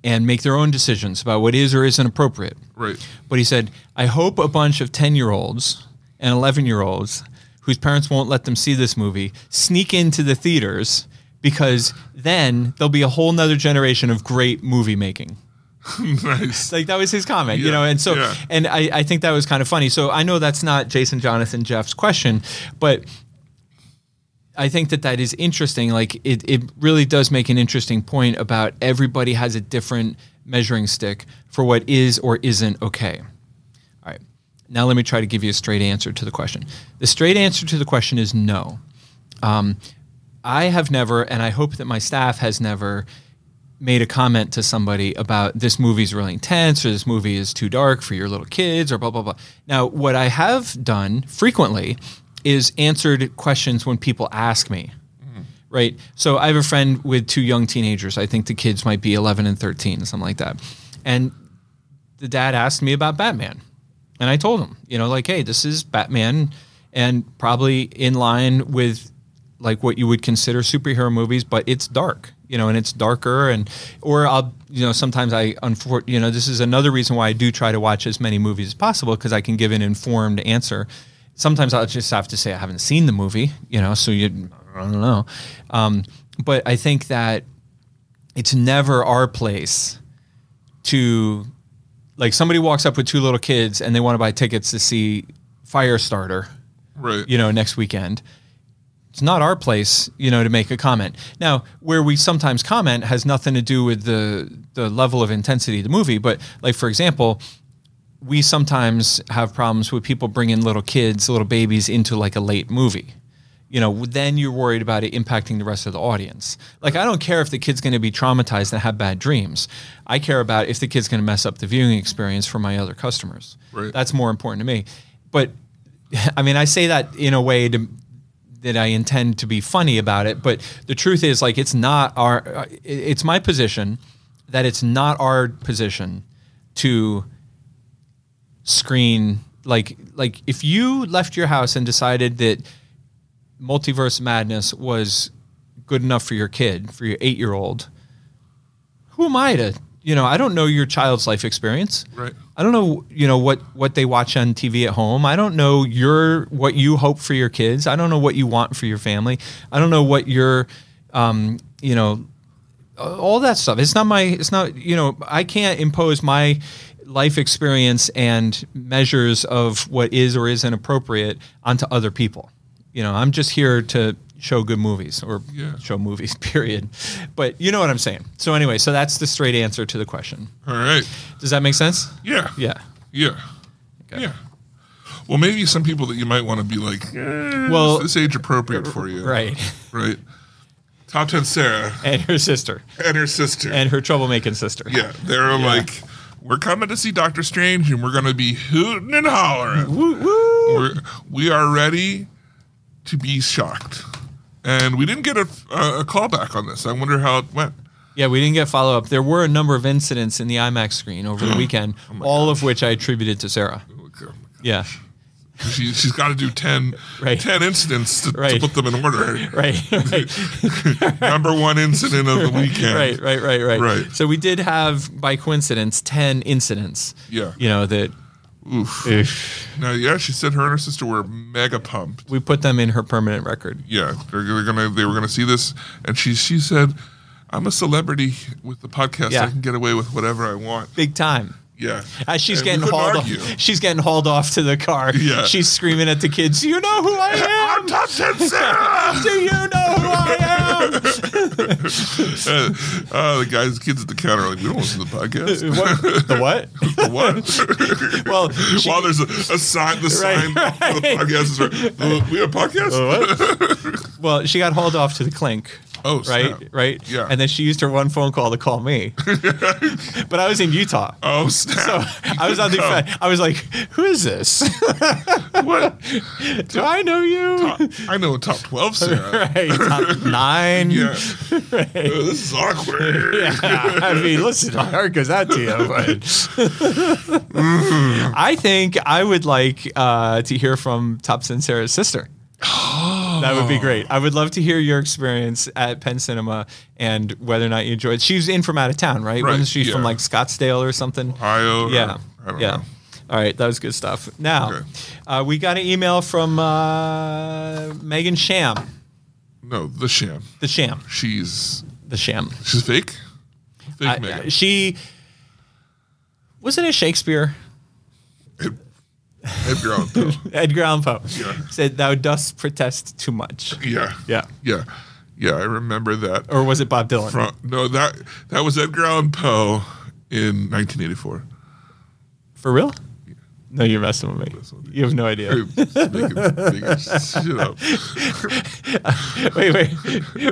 Speaker 3: and make their own decisions about what is or isn't appropriate
Speaker 2: right
Speaker 3: but he said, I hope a bunch of 10 year olds and 11 year olds whose parents won't let them see this movie sneak into the theaters because then there'll be a whole nother generation of great movie making.
Speaker 2: nice
Speaker 3: Like that was his comment, you
Speaker 2: Yeah,
Speaker 3: know, and so
Speaker 2: yeah.
Speaker 3: and I, I think that was kind of funny. So I know that's not Jason Jonathan Jeff's question, but I think that that is interesting. Like it, it really does make an interesting point about everybody has a different measuring stick for what is or isn't okay. All right. Now let me try to give you a straight answer to the question. The straight answer to the question is no. Um, I have never, and I hope that my staff has never made a comment to somebody about this movie's really intense or this movie is too dark for your little kids or blah blah blah. Now, what I have done frequently is answered questions when people ask me. Right. So I have a friend with two young teenagers. I think the kids might be 11 and 13, something like that. And the dad asked me about Batman. And I told him, you know, like, hey, this is Batman and probably in line with like what you would consider superhero movies, but it's dark, you know, and it's darker. And, or I'll, you know, sometimes I, unfor- you know, this is another reason why I do try to watch as many movies as possible because I can give an informed answer. Sometimes I'll just have to say I haven't seen the movie, you know, so you, I don't know. Um, but I think that it's never our place to like somebody walks up with two little kids and they want to buy tickets to see Firestarter,
Speaker 2: Right.
Speaker 3: you know, next weekend. It's not our place, you know, to make a comment. Now, where we sometimes comment has nothing to do with the the level of intensity of the movie, but like for example, we sometimes have problems with people bringing little kids, little babies into like a late movie. You know, then you're worried about it impacting the rest of the audience. Like, I don't care if the kid's going to be traumatized and have bad dreams. I care about if the kid's going to mess up the viewing experience for my other customers.
Speaker 2: Right.
Speaker 3: That's more important to me. But I mean, I say that in a way to, that I intend to be funny about it, but the truth is, like, it's not our. uh, it- It's my position that it's not our position to screen like like if you left your house and decided that multiverse madness was good enough for your kid for your 8-year-old who am i to you know i don't know your child's life experience
Speaker 2: Right.
Speaker 3: i don't know you know what what they watch on tv at home i don't know your what you hope for your kids i don't know what you want for your family i don't know what your um you know all that stuff. It's not my. It's not you know. I can't impose my life experience and measures of what is or isn't appropriate onto other people. You know, I'm just here to show good movies or
Speaker 2: Yeah.
Speaker 3: show movies. Period. But you know what I'm saying. So anyway, so that's the straight answer to the question.
Speaker 2: All right.
Speaker 3: Does that make sense?
Speaker 2: Yeah.
Speaker 3: Yeah.
Speaker 2: Yeah. Yeah. Well, maybe some people that you might want to be like, well,
Speaker 3: Well-
Speaker 2: this age appropriate for you.
Speaker 3: Right.
Speaker 2: Right. Top 10 Sarah
Speaker 3: And her sister
Speaker 2: and her sister.
Speaker 3: and her troublemaking sister.
Speaker 2: yeah. They're like, we're coming to see Doctor Strange and we're going to be hooting and hollering.
Speaker 3: Woo woo.
Speaker 2: We're, we are ready to be shocked. And we didn't get a, a, a callback on this. I wonder how it went.
Speaker 3: Yeah, we didn't get follow up. There were a number of incidents in the IMAX screen over the weekend,
Speaker 2: Oh
Speaker 3: all of which I attributed to Sarah. Yeah.
Speaker 2: She, she's got to do 10,
Speaker 3: Right.
Speaker 2: 10 incidents to, to
Speaker 3: Right.
Speaker 2: put them in order.
Speaker 3: Right, right,
Speaker 2: Number one incident of the weekend.
Speaker 3: right, right, right, right.
Speaker 2: Right.
Speaker 3: So we did have, by coincidence, ten incidents.
Speaker 2: Yeah.
Speaker 3: You know that
Speaker 2: Oof. No, yeah, she said her and her sister were mega pumped.
Speaker 3: we put them in her permanent record.
Speaker 2: Yeah, they're, they're gonna they were gonna see this, and she she said, "I'm a celebrity with the podcast.
Speaker 3: Yeah.
Speaker 2: I can get away with whatever I want."
Speaker 3: Big time.
Speaker 2: Yeah,
Speaker 3: As she's
Speaker 2: And we
Speaker 3: getting
Speaker 2: couldn't
Speaker 3: hauled,
Speaker 2: argue.
Speaker 3: off, she's getting hauled off to the car.
Speaker 2: Yeah.
Speaker 3: She's screaming at the kids. You know who I
Speaker 2: I'm
Speaker 3: am.
Speaker 2: top ten Sarah.
Speaker 3: Do you know who I am?
Speaker 2: uh, uh, the guys, kids at the counter, are like, "We don't listen to the podcast."
Speaker 3: What? The what?
Speaker 2: what?
Speaker 3: Well, she-
Speaker 2: While there's a, a sign, the sign for the
Speaker 3: right.
Speaker 2: podcast is right. "Uh, we have a podcast.
Speaker 3: well, she got hauled off to the clink.
Speaker 2: Oh,
Speaker 3: right,
Speaker 2: snap.
Speaker 3: right.
Speaker 2: Yeah.
Speaker 3: And then she used her one phone call to call me. but I was in Utah.
Speaker 2: Oh
Speaker 3: So
Speaker 2: snap!
Speaker 3: I was on the I was like, who is this?
Speaker 2: what?
Speaker 3: Do I know you?
Speaker 2: I know a top twelve Sarah.
Speaker 3: right. Top nine.
Speaker 2: Yeah. Oh, this is awkward.
Speaker 3: I mean, listen, my heart goes out to you, but
Speaker 2: Mm-hmm.
Speaker 3: I think I would like uh, to hear from Top Sin Sarah's sister. That would be great. I would love to hear your experience at Penn Cinema and whether or not you enjoyed. She's in from out of town, right?
Speaker 2: Right,
Speaker 3: Wasn't she from
Speaker 2: yeah.
Speaker 3: like Scottsdale or something?
Speaker 2: Ohio. or-
Speaker 3: Yeah.
Speaker 2: I don't
Speaker 3: yeah.
Speaker 2: know.
Speaker 3: All right, that was good stuff. Now,
Speaker 2: Okay.
Speaker 3: uh, we got an email from uh, Megan Sham,
Speaker 2: No, the sham.
Speaker 3: the Sham,
Speaker 2: She's
Speaker 3: the Sham.
Speaker 2: she's fake. Fake
Speaker 3: I-
Speaker 2: Megan.
Speaker 3: she wasn't it Shakespeare,
Speaker 2: Edgar Allan Poe.
Speaker 3: Edgar Allan Poe
Speaker 2: Yeah.
Speaker 3: said, "Thou dost protest too much."
Speaker 2: Yeah.
Speaker 3: Yeah,
Speaker 2: Yeah. Yeah. I remember that.
Speaker 3: or was it Bob Dylan?
Speaker 2: From, no, that that was Edgar Allan Poe in 1984.
Speaker 3: For real?
Speaker 4: No, you're messing with me. You have no idea.
Speaker 2: Just making- making shit up.
Speaker 4: Wait, wait.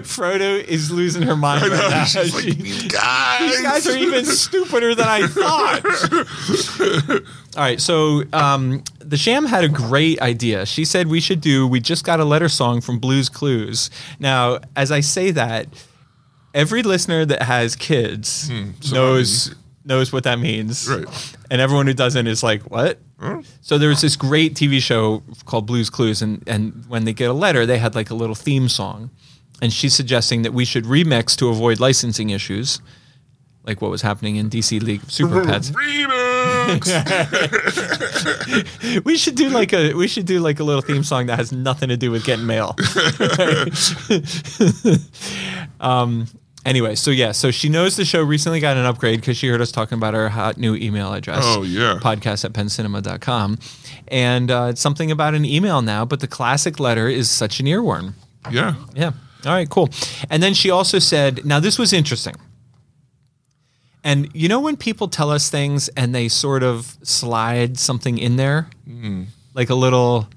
Speaker 4: Frodo is losing her mind.
Speaker 2: I know,
Speaker 4: right now.
Speaker 2: she's like,
Speaker 4: She-
Speaker 2: "These guys."
Speaker 4: these guys are e- even stupider than I thought.
Speaker 3: All right, so um, the Sham had a great idea. She said we should do "We Just Got a Letter" song from Blue's Clues. Now, as I say that, every listener that has kids
Speaker 4: Hmm,
Speaker 3: knows knows what that means,
Speaker 2: Right.
Speaker 3: And everyone who doesn't is like, "What?" So there was this great TV show called Blue's Clues, and and when they get a letter, they had like a little theme song, and she's suggesting that we should remix to avoid licensing issues, like what was happening in DC League of Super Pets.
Speaker 2: Remix.
Speaker 3: We should do like a we should do like a little theme song that has nothing to do with getting mail. um anyway, so yeah, so she knows the show recently got an upgrade because she heard us talking about our hot new email address.
Speaker 2: Oh, yeah.
Speaker 3: Podcast at pencinema.com. And uh, it's something about an email now, but the classic letter is such an earworm.
Speaker 2: Yeah.
Speaker 3: Yeah. All right, cool. And then she also said, now this was interesting. And you know when people tell us things and they sort of slide something in there? Like a little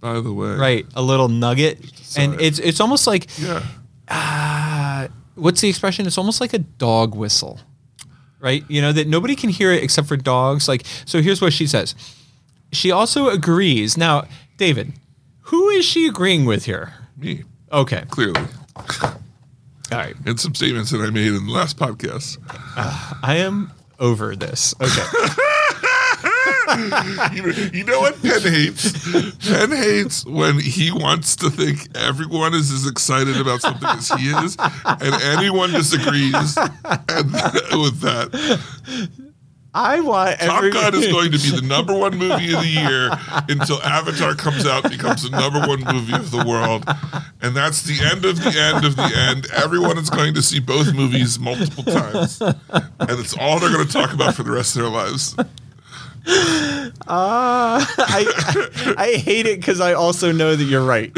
Speaker 2: By the way.
Speaker 3: right, a little nugget. And
Speaker 2: Sorry.
Speaker 3: it's it's almost like
Speaker 2: Yeah.
Speaker 3: what's the expression? It's almost like a dog whistle, right? You know, that nobody can hear it except for dogs. Like, so here's what she says. She also agrees. Now, David, who is she agreeing with here?
Speaker 2: Me.
Speaker 3: Okay.
Speaker 2: Clearly.
Speaker 3: All right.
Speaker 2: And some statements that I made in the last podcast.
Speaker 3: I am over this. Okay.
Speaker 2: You, you know what Penn hates? Penn hates when he wants to think everyone is as excited about something as he is, and anyone disagrees and, with that.
Speaker 4: I want every-
Speaker 2: Top Gun is going to be the number one movie of the year until Avatar comes out and becomes the number one movie of the world. And that's the end of the end of the end. Everyone is going to see both movies multiple times. And it's all they're going to talk about for the rest of their lives.
Speaker 4: I, I hate it because I also know that you're right.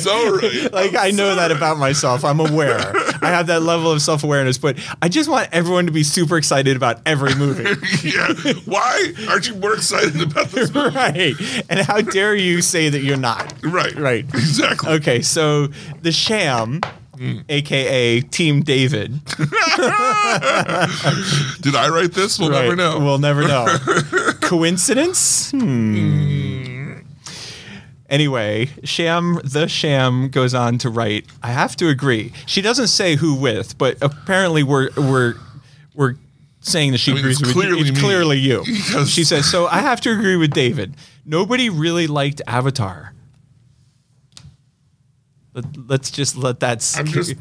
Speaker 2: So right.
Speaker 4: Like I know that about myself. I'm aware. I have that level of self awareness, but I just want everyone to be super excited about every movie.
Speaker 2: yeah. Why aren't you more excited about this movie?
Speaker 4: right. And how dare you say that you're not?
Speaker 2: Right.
Speaker 4: Right.
Speaker 2: Exactly.
Speaker 4: Okay, so the sham,
Speaker 2: Hmm.
Speaker 4: aka Team David.
Speaker 2: Did I write this? We'll never
Speaker 4: Right,
Speaker 2: know.
Speaker 4: We'll never know. Coincidence? Hmm. Anyway, Sham the Sham goes on to write. I have to agree. She doesn't say who with, but apparently we're we're we're saying that she
Speaker 2: mean,
Speaker 4: agrees
Speaker 2: it's
Speaker 4: with you.
Speaker 2: clearly
Speaker 4: It's
Speaker 2: me.
Speaker 4: clearly you.
Speaker 2: Because-
Speaker 4: She says. So I have to agree with David. Nobody really liked Avatar. Let, let's just let that.
Speaker 2: I'm
Speaker 4: sink-
Speaker 2: just.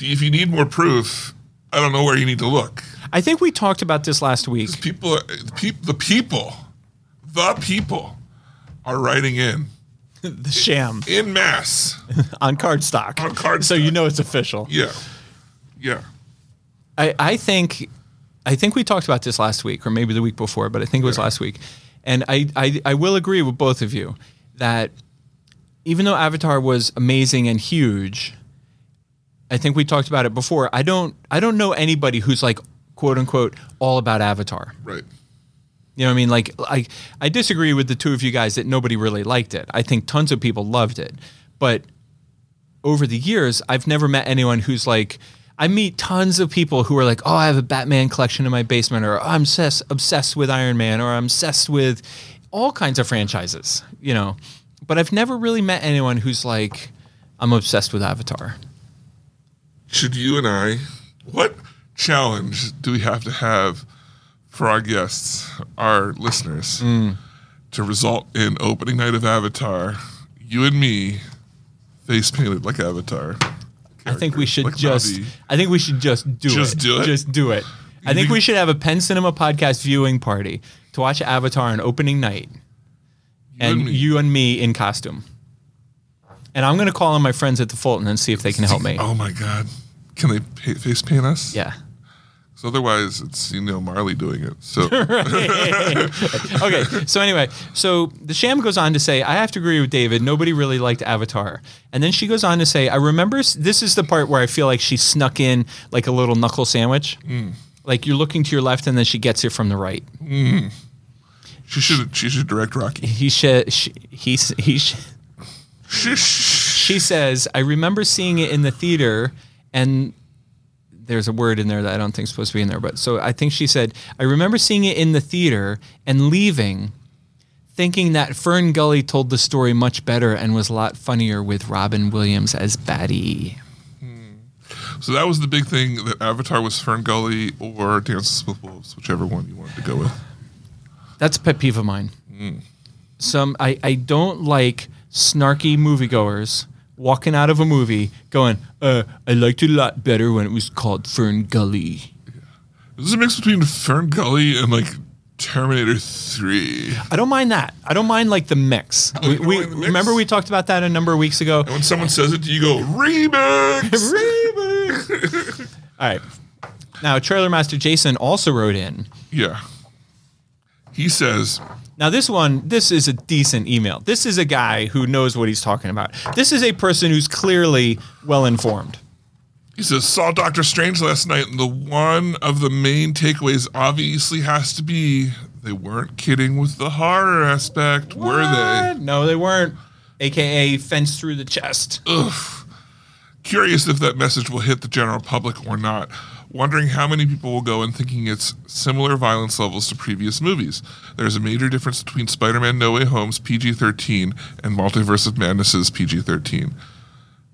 Speaker 2: If you need more proof, I don't know where you need to look.
Speaker 3: I think we talked about this last week.
Speaker 2: People, are- pe- the people, the people are writing in
Speaker 4: the Sham
Speaker 2: in mass.
Speaker 4: on cardstock.
Speaker 2: On cardstock.
Speaker 4: So you know it's official.
Speaker 2: Yeah, yeah.
Speaker 3: I, I think I think we talked about this last week or maybe the week before, but I think it was last week. And I, I I will agree with both of you that even though Avatar was amazing and huge, I think we talked about it before. I don't I don't know anybody who's like quote unquote all about Avatar.
Speaker 2: Right.
Speaker 3: You know what I mean? Like I I disagree with the two of you guys that nobody really liked it. I think tons of people loved it. But over the years, I've never met anyone who's like I meet tons of people who are like, "Oh, I have a Batman collection in my basement," or oh, "I'm obsessed, obsessed with Iron Man," or "I'm obsessed with all kinds of franchises," you know. But I've never really met anyone who's like, "I'm obsessed with Avatar."
Speaker 2: Should you and I? What challenge do we have to have for our guests, our listeners,
Speaker 3: Mm.
Speaker 2: to result in opening night of Avatar? You and me, face painted like Avatar.
Speaker 3: I think we
Speaker 2: characters,
Speaker 3: should
Speaker 2: like
Speaker 3: just.
Speaker 2: Navi.
Speaker 3: I think we should just do
Speaker 2: Just
Speaker 3: it.
Speaker 2: do it?
Speaker 3: Just do it. I think
Speaker 2: think-
Speaker 3: we should have a Penn Cinema podcast viewing party to watch Avatar on opening night, and
Speaker 2: and me.
Speaker 3: you and me in costume. And I'm going to call on my friends at the Fulton and see if they can help me.
Speaker 2: Oh my God. Can they pa face paint us?
Speaker 3: Yeah.
Speaker 2: 'Cause otherwise, it's, you know, Marley doing it. So,
Speaker 3: Okay. So anyway, so the sham goes on to say, I have to agree with David. Nobody really liked Avatar. And then she goes on to say, I remember s- this is the part where I feel like she snuck in like a
Speaker 2: Mm.
Speaker 3: little knuckle sandwich. Like you're looking to your left and then she gets it from the right.
Speaker 2: She should she should direct Rocky.
Speaker 3: He should. She, he s- he. Sh-
Speaker 2: Shush.
Speaker 3: she says, I remember seeing it in the theater, and there's a word in there that I don't think is supposed to be in there, but so I think she said, I remember seeing it in the theater and leaving, thinking that Fern Gully told the story much better and was a lot funnier with Robin Williams as Batty.
Speaker 2: So that was the big thing that Avatar was Fern Gully or Dances with Wolves, whichever one you wanted to go with.
Speaker 3: That's a pet peeve of mine. Some I, I don't like snarky moviegoers walking out of a movie going, uh, I liked it a lot better when it was called Fern Gully.
Speaker 2: This is a mix between Fern Gully and like Terminator Three.
Speaker 3: I don't mind that. I don't mind like the mix. We,
Speaker 2: don't
Speaker 3: we
Speaker 2: mind the mix?
Speaker 3: remember we talked about that a number of weeks ago.
Speaker 2: When someone says it, to you go remix.
Speaker 3: Remix. All right. Now, Trailer Master Jason also wrote in.
Speaker 2: yeah. He says,
Speaker 3: Now, this one, this is a decent email. This is a guy who knows what he's talking about. This is a person who's clearly well informed.
Speaker 2: He says, saw Doctor Strange last night, and the one of the main takeaways obviously has to be they weren't kidding with the horror aspect, were they?
Speaker 3: No, they weren't. AKA fence through the chest.
Speaker 2: Curious if that message will hit the general public or not. Wondering how many people will go in thinking it's similar violence levels to previous movies. There's a major difference between Spider Man No Way Home's PG 13 and Multiverse of Madness's PG 13.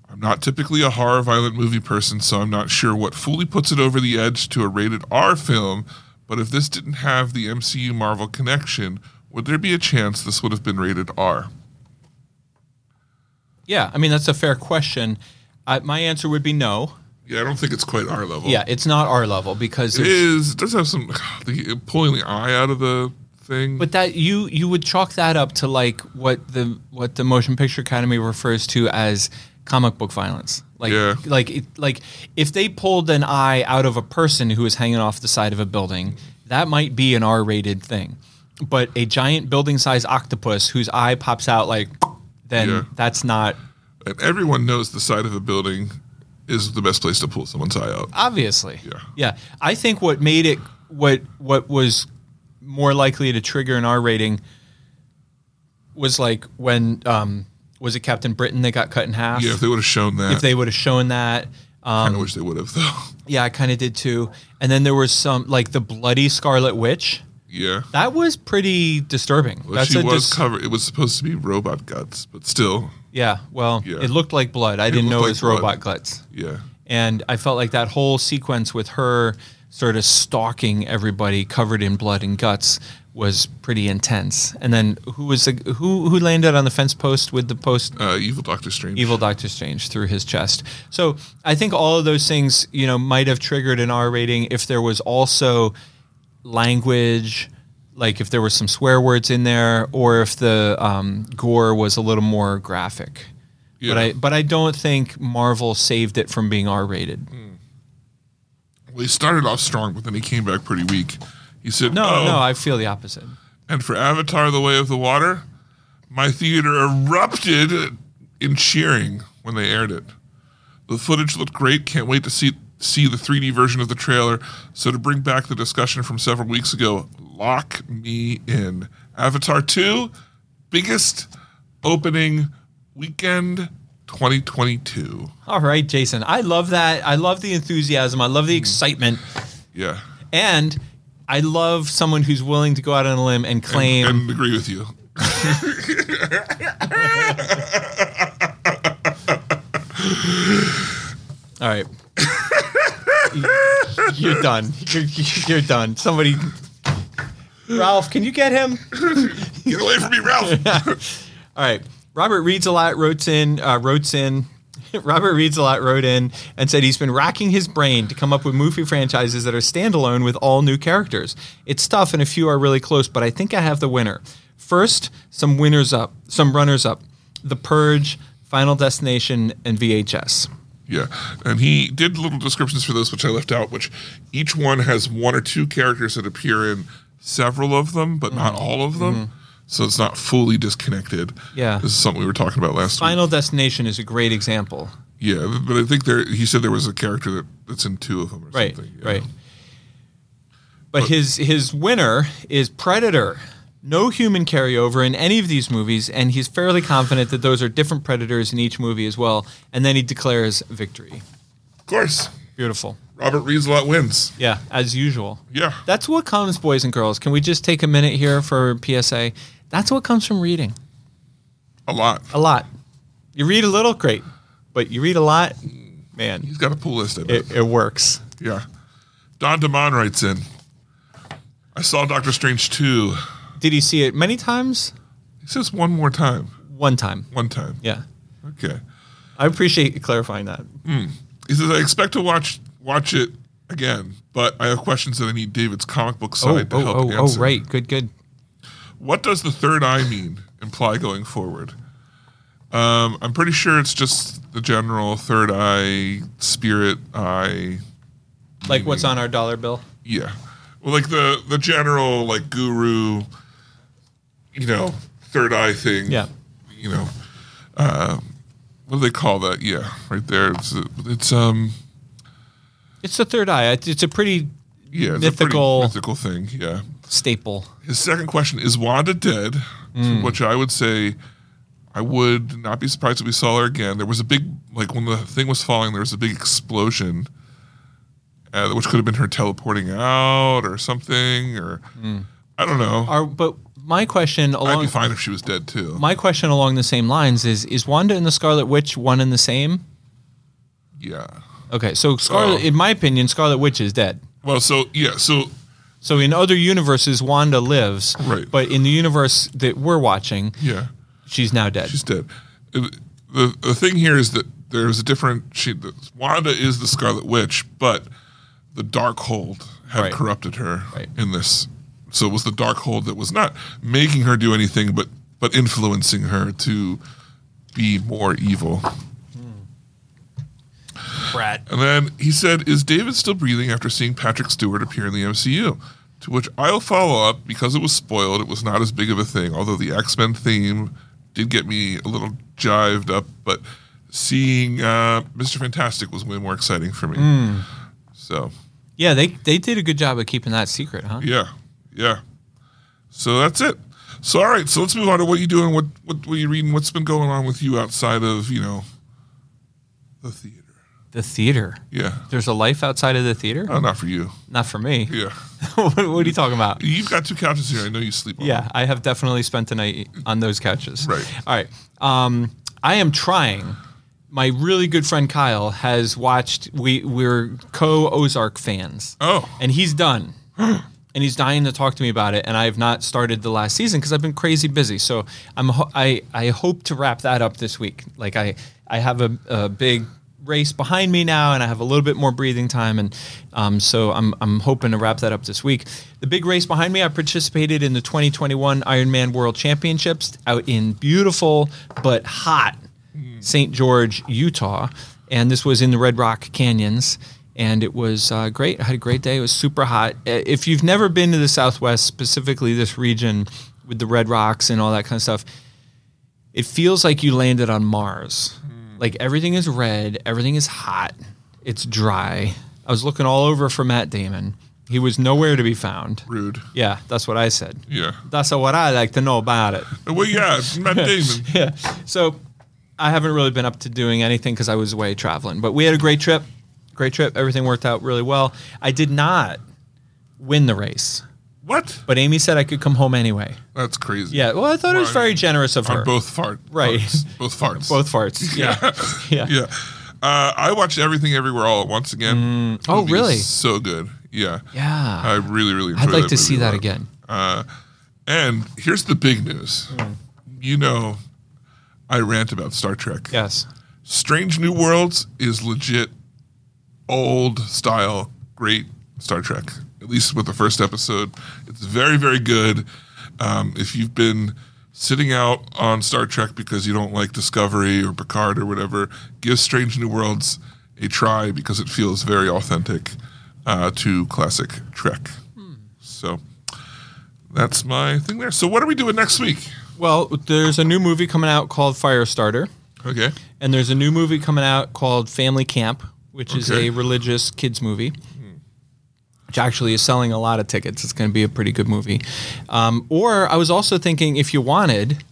Speaker 2: I'm not typically a horror violent movie person, so I'm not sure what fully puts it over the edge to a rated R film, but if this didn't have the MCU Marvel connection, would there be a chance this would have been rated R?
Speaker 3: Yeah, I mean, that's a fair question. I, my answer would be no.
Speaker 2: Yeah, I don't think it's quite R level.
Speaker 3: Yeah, it's not our level because
Speaker 2: Oh. It
Speaker 3: it's,
Speaker 2: is. It does have some the, pulling the eye out of the thing.
Speaker 3: But that you you would chalk that up to like what the what the Motion Picture Academy refers to as comic book violence. Like
Speaker 2: Yeah.
Speaker 3: like it, like if they pulled an eye out of a person who was hanging off the side of a building, that might be an R-rated thing. But a giant building-sized octopus whose eye pops out like then
Speaker 2: Yeah.
Speaker 3: that's not
Speaker 2: and everyone knows the side of a building is the best place to pull someone's eye out.
Speaker 3: Ah. obviously.
Speaker 2: Yeah.
Speaker 3: Yeah. I think what made it what what was more likely to trigger an R rating was like when um was it Captain Britain that got cut in half?
Speaker 2: yeah, if they would have shown that,
Speaker 3: if they would have shown that.
Speaker 2: I
Speaker 3: Um,
Speaker 2: kinda wish they would have though.
Speaker 3: yeah, I kind of did too. And then there was some like the bloody Scarlet Witch.
Speaker 2: yeah,
Speaker 3: That was pretty disturbing.
Speaker 2: well, she was
Speaker 3: dis-
Speaker 2: covered. It was supposed to be robot guts, but still,
Speaker 3: yeah. Well,
Speaker 2: Yeah.
Speaker 3: it looked like blood. I didn't know
Speaker 2: looked like
Speaker 3: it was
Speaker 2: blood.
Speaker 3: robot guts.
Speaker 2: yeah.
Speaker 3: And I felt like that whole sequence with her sort of stalking everybody covered in blood and guts was pretty intense. And then who was the who who landed on the fence post with the post
Speaker 2: Uh, evil Doctor Strange.
Speaker 3: evil Doctor Strange through his chest. So I think all of those things, you know, might have triggered an R rating if there was also language, like if there were some swear words in there, or if the um, gore was a little more graphic.
Speaker 2: Yeah.
Speaker 3: But I but I don't think Marvel saved it from being R rated.
Speaker 2: Well, he started off strong, but then he came back pretty weak. He said,
Speaker 3: No,
Speaker 2: "Oh,
Speaker 3: no, I feel the opposite.
Speaker 2: And for Avatar The Way of the Water, my theater erupted in cheering when they aired it. The footage looked great. Can't wait to see see the 3D version of the trailer. So to bring back the discussion from several weeks ago, lock me in. Avatar 2, biggest opening weekend 2022.
Speaker 3: All right, Jason. I love that. I love the enthusiasm. I love
Speaker 2: Hmm.
Speaker 3: the excitement.
Speaker 2: Yeah.
Speaker 3: And I love someone who's willing to go out on a limb and claim
Speaker 2: And agree with you.
Speaker 3: All right. you're done. You're, you're done. Somebody. Ralph, can you get him?
Speaker 2: Get away from me, Ralph.
Speaker 3: All right. Robert reads a lot. Wrote in. Uh, wrote in. Robert reads a lot. Wrote in and said he's been racking his brain to come up with movie franchises that are standalone with all new characters. It's tough, and a few are really close, but I think I have the winner. First, some winners up, some runners up: The Purge, Final Destination, and VHS.
Speaker 2: Yeah, and he did little descriptions for those which I left out, which each one has one or two characters that appear in several of them, but
Speaker 3: Mm-hmm.
Speaker 2: not all of them. So it's not fully disconnected.
Speaker 3: Yeah.
Speaker 2: this is something we were talking about last
Speaker 3: Final Destination is a great example.
Speaker 2: week. Yeah, but I think there he said there was a character that, that's in two of them or
Speaker 3: right,
Speaker 2: something. yeah.
Speaker 3: right. But his his winner is Predator, no human carryover in any of these movies, and he's fairly confident that those are different predators in each movie as well. And then he declares victory.
Speaker 2: Of course,
Speaker 3: Beautiful.
Speaker 2: Robert Rieslot wins.
Speaker 3: Yeah, as usual.
Speaker 2: Yeah.
Speaker 3: That's what comes, boys and girls. Can we just take a minute here for PSA? That's what comes from reading
Speaker 2: A lot.
Speaker 3: a lot. You read a little, great, but you read a lot, man.
Speaker 2: He's got a pool list, I bet.
Speaker 3: It, it works.
Speaker 2: yeah. Don DeMond writes in I saw Doctor Strange 2.
Speaker 3: Did you see it many times?
Speaker 2: He says one more time.
Speaker 3: One time.
Speaker 2: One time.
Speaker 3: Yeah,
Speaker 2: Okay.
Speaker 3: I appreciate you clarifying that.
Speaker 2: He says, I expect to watch watch it again, but I have questions that I need David's comic book side to
Speaker 3: oh,
Speaker 2: help
Speaker 3: oh, oh,
Speaker 2: answer.
Speaker 3: right. Good, good.
Speaker 2: What does the third eye mean imply going forward? Um, I'm pretty sure it's just the general third eye, spirit eye.
Speaker 3: Like what's on our dollar bill?
Speaker 2: Yeah. Well, like the the general like guru, you know, third eye thing.
Speaker 3: Yeah.
Speaker 2: You know, uh, what do they call that? Yeah, right there. It's it's um
Speaker 3: It's the third eye. It's it's a pretty
Speaker 2: yeah it's a
Speaker 3: Mythical.
Speaker 2: pretty mythical thing. Yeah.
Speaker 3: staple.
Speaker 2: His second question is Wanda dead? To which I would say I would not be surprised if we saw her again. There was a big like when the thing was falling, there was a big explosion, uh, which could have been her teleporting out or something, or I don't know.
Speaker 3: Our, but my question
Speaker 2: I'd be
Speaker 3: along
Speaker 2: fine if she was dead too.
Speaker 3: my question along the same lines is: Is Wanda and the Scarlet Witch one and the same?
Speaker 2: yeah.
Speaker 3: Okay, so Scarlet,
Speaker 2: Oh.
Speaker 3: in my opinion, Scarlet Witch is dead.
Speaker 2: Well, so yeah, so
Speaker 3: So in other universes, Wanda lives,
Speaker 2: Right.
Speaker 3: but in the universe that we're watching,
Speaker 2: yeah,
Speaker 3: she's now dead.
Speaker 2: she's dead. Uh, The the thing here is that there's a different. She the, Wanda is the Scarlet Witch, but the Darkhold had
Speaker 3: Right.
Speaker 2: corrupted her
Speaker 3: Right.
Speaker 2: in this. So it was the Darkhold that was not making her do anything, but but influencing her to be more evil.
Speaker 3: Brat.
Speaker 2: And then he said, Is David still breathing after seeing Patrick Stewart appear in the MCU? To which I'll follow up because it was spoiled, it was not as big of a thing, although the X Men theme did get me a little jived up, but seeing uh, Mr. Fantastic was way more exciting for me. So,
Speaker 3: Yeah, they they did a good job of keeping that secret, huh?
Speaker 2: yeah, yeah. So that's it. So, all right, so let's move on to what you doing, what, what, what you reading, what's been going on with you outside of, you know, the theater.
Speaker 3: The theater.
Speaker 2: Yeah.
Speaker 3: There's a life outside of the theater.
Speaker 2: Oh, not for you.
Speaker 3: Not for me.
Speaker 2: Yeah.
Speaker 3: what, what are you talking about?
Speaker 2: You've got two couches here. I know you sleep on.
Speaker 3: Yeah, I have definitely spent the night on those couches.
Speaker 2: Right.
Speaker 3: All right. Um, I am trying. My really good friend Kyle has watched. We we're co Ozark fans.
Speaker 2: Oh.
Speaker 3: and he's done. And he's dying to talk to me about it, and I have not started the last season because I've been crazy busy. So I'm ho- I I hope to wrap that up this week. Like I I have a, a big race behind me now, and I have a little bit more breathing time, and um, so I'm I'm hoping to wrap that up this week. The big race behind me, I participated in the 2021 Ironman World Championships out in beautiful but hot St. George, Utah, and this was in the Red Rock Canyons. And it was uh, great. I had a great day. It was super hot. Uh, If you've never been to the Southwest, specifically this region with the Red Rocks and all that kind of stuff, it feels like you landed on Mars. Like everything is red, everything is hot, it's dry. I was looking all over for Matt Damon. He was nowhere to be found.
Speaker 2: Rude.
Speaker 3: Yeah, that's what I said.
Speaker 2: Yeah.
Speaker 3: That's what I like to know about it.
Speaker 2: Well, yeah, it's Matt Damon.
Speaker 3: Yeah. So I haven't really been up to doing anything because I was away traveling. But we had a great trip. Great trip. Everything worked out really well. I did not win the race,
Speaker 2: What?
Speaker 3: but Amy said I could come home anyway.
Speaker 2: That's crazy.
Speaker 3: Yeah. Well, I thought it was
Speaker 2: Right.
Speaker 3: very generous of her.
Speaker 2: On both fart.
Speaker 3: Right.
Speaker 2: farts. Both farts.
Speaker 3: Both farts. Yeah. yeah.
Speaker 2: Yeah. Uh, I watched everything everywhere all at once again.
Speaker 3: Oh,
Speaker 2: Movie is
Speaker 3: really?
Speaker 2: So good. Yeah.
Speaker 3: Yeah.
Speaker 2: I really, really.
Speaker 3: I'd
Speaker 2: enjoyed
Speaker 3: like
Speaker 2: that
Speaker 3: to see
Speaker 2: movie a
Speaker 3: that
Speaker 2: lot.
Speaker 3: again.
Speaker 2: And here's the big news.
Speaker 3: Mm.
Speaker 2: You know, I rant about Star Trek.
Speaker 3: Yes.
Speaker 2: Strange New Worlds is legit old style, great Star Trek, at least with the first episode. It's very, very good. Um, if you've been sitting out on Star Trek because you don't like Discovery or Picard or whatever, give Strange New Worlds a try because it feels very authentic uh, to classic Trek. So that's my thing there. So, what are we doing next week?
Speaker 3: Well, there's a new movie coming out called Firestarter.
Speaker 2: Okay.
Speaker 3: And there's a new movie coming out called Family Camp, which is
Speaker 2: Okay.
Speaker 3: a religious kids movie. which actually is selling a lot of tickets. It's going to be a pretty good movie. Um, or I was also thinking, if you wanted,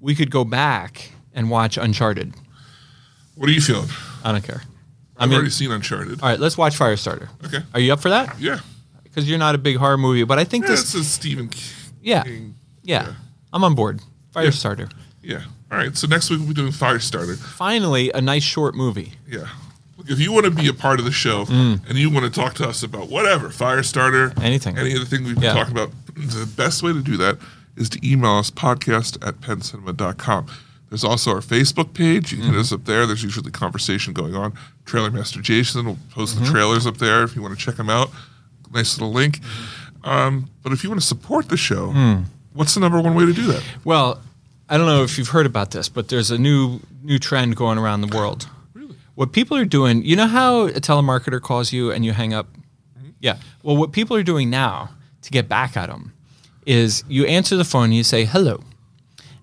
Speaker 3: we could go back and watch Uncharted.
Speaker 2: What are you feeling?
Speaker 3: I don't care.
Speaker 2: I've
Speaker 3: mean-
Speaker 2: already seen Uncharted.
Speaker 3: All right, let's watch Firestarter.
Speaker 2: Okay.
Speaker 3: Are you up for that?
Speaker 2: Yeah.
Speaker 3: Because you're not a big horror movie, but I think
Speaker 2: Yeah,
Speaker 3: this.
Speaker 2: it's a Stephen King.
Speaker 3: Yeah,
Speaker 2: King.
Speaker 3: yeah, I'm on board. Firestarter.
Speaker 2: Yeah. All right. So next week we'll be doing Firestarter.
Speaker 3: Finally, a nice short movie.
Speaker 2: Yeah. Look, if you want to be a part of the show and you want to talk to us about whatever, Firestarter,
Speaker 3: Mm. Anything.
Speaker 2: any of the things we've been
Speaker 3: Yeah.
Speaker 2: talking about, the best way to do that is to email us podcast at pencinema.com. There's also our Facebook page. You can
Speaker 3: Mm.
Speaker 2: hit us up there. There's usually conversation going on. Trailer Master Jason will post
Speaker 3: Mm-hmm.
Speaker 2: the trailers up there if you want to check them out. Nice little link.
Speaker 3: Mm-hmm.
Speaker 2: Um, but if you want to support the show,
Speaker 3: Mm.
Speaker 2: what's the number one way to do that?
Speaker 3: Well, I don't know if you've heard about this, but there's a new new trend going around the world. Really? What people are doing, you know how a telemarketer calls you and you hang up? Yeah. Well, what people are doing now to get back at them is you answer the phone and you say, "Hello."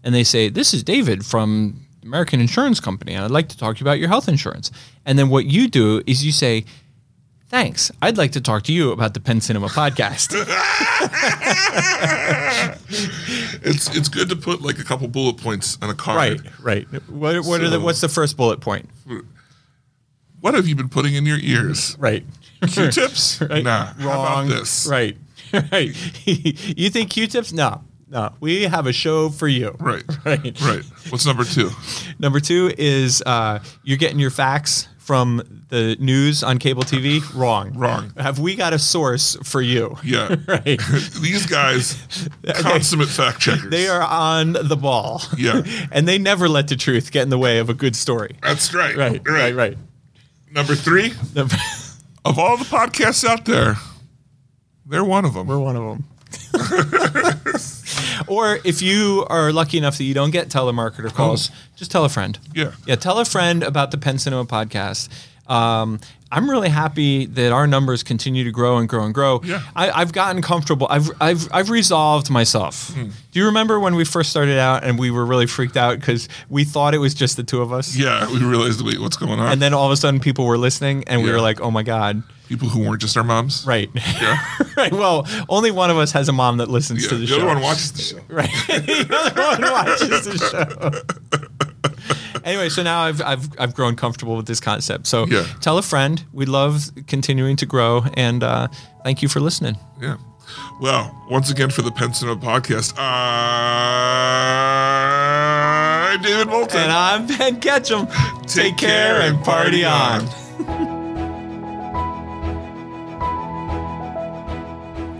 Speaker 3: And they say, "This is David from American Insurance Company, and I'd like to talk to you about your health insurance." And then what you do is you say, "Thanks. I'd like to talk to you about the Penn Cinema podcast."
Speaker 2: It's it's good to put like a couple bullet points on a card.
Speaker 3: right. What, what are the,
Speaker 2: So-
Speaker 3: what's the first bullet point?
Speaker 2: What have you been putting in your ears?
Speaker 3: Right.
Speaker 2: Q-tips? Nah. How about this?
Speaker 3: Right. Right. you think Q-tips? No. No. We have a show for you.
Speaker 2: Right.
Speaker 3: Right.
Speaker 2: Right. What's number two?
Speaker 3: Number two is uh, you're getting your facts from the news on cable TV. Wrong.
Speaker 2: Wrong.
Speaker 3: Have we got a source for you?
Speaker 2: Yeah.
Speaker 3: Right.
Speaker 2: These guys, consummate fact checkers.
Speaker 3: They are on the ball.
Speaker 2: Yeah.
Speaker 3: and they never let the truth get in the way of a good story.
Speaker 2: That's right.
Speaker 3: Right. Right. Right.
Speaker 2: Number three,
Speaker 3: Number-
Speaker 2: of all the podcasts out there, they're one of them.
Speaker 3: We're one of them. or if you are lucky enough that you don't get telemarketer calls, just tell a friend.
Speaker 2: Oh. Yeah.
Speaker 3: Yeah, tell a friend about the Penn Cinema podcast. Um, I'm really happy that our numbers continue to grow and grow and grow.
Speaker 2: Yeah.
Speaker 3: I, I've gotten comfortable. I've, I've, I've resolved myself.
Speaker 2: Hmm.
Speaker 3: Do you remember when we first started out and we were really freaked out because we thought it was just the two of us?
Speaker 2: yeah, we realized, wait, what's going on?
Speaker 3: And then all of a sudden people were listening and we
Speaker 2: Yeah.
Speaker 3: were like, oh my God.
Speaker 2: People who weren't just our moms.
Speaker 3: Right.
Speaker 2: Yeah.
Speaker 3: right. Well, only one of us has a mom that listens
Speaker 2: yeah.
Speaker 3: to
Speaker 2: The,
Speaker 3: the, show.
Speaker 2: other one watches the show.
Speaker 3: Right. the other one watches the show. anyway, so now I've, I've I've grown comfortable with this concept. So
Speaker 2: Yeah.
Speaker 3: tell a friend. We love continuing to grow, and uh, thank you for listening.
Speaker 2: Yeah. Well, once again for the Penn Cinema podcast, I'm David Moulton.
Speaker 3: And I'm Ben Ketchum. Take, care, and party on.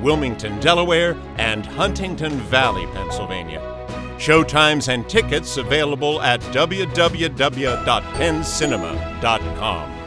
Speaker 1: Wilmington, Delaware, and Huntington Valley, Pennsylvania. Showtimes and tickets available at www.penncinema.com.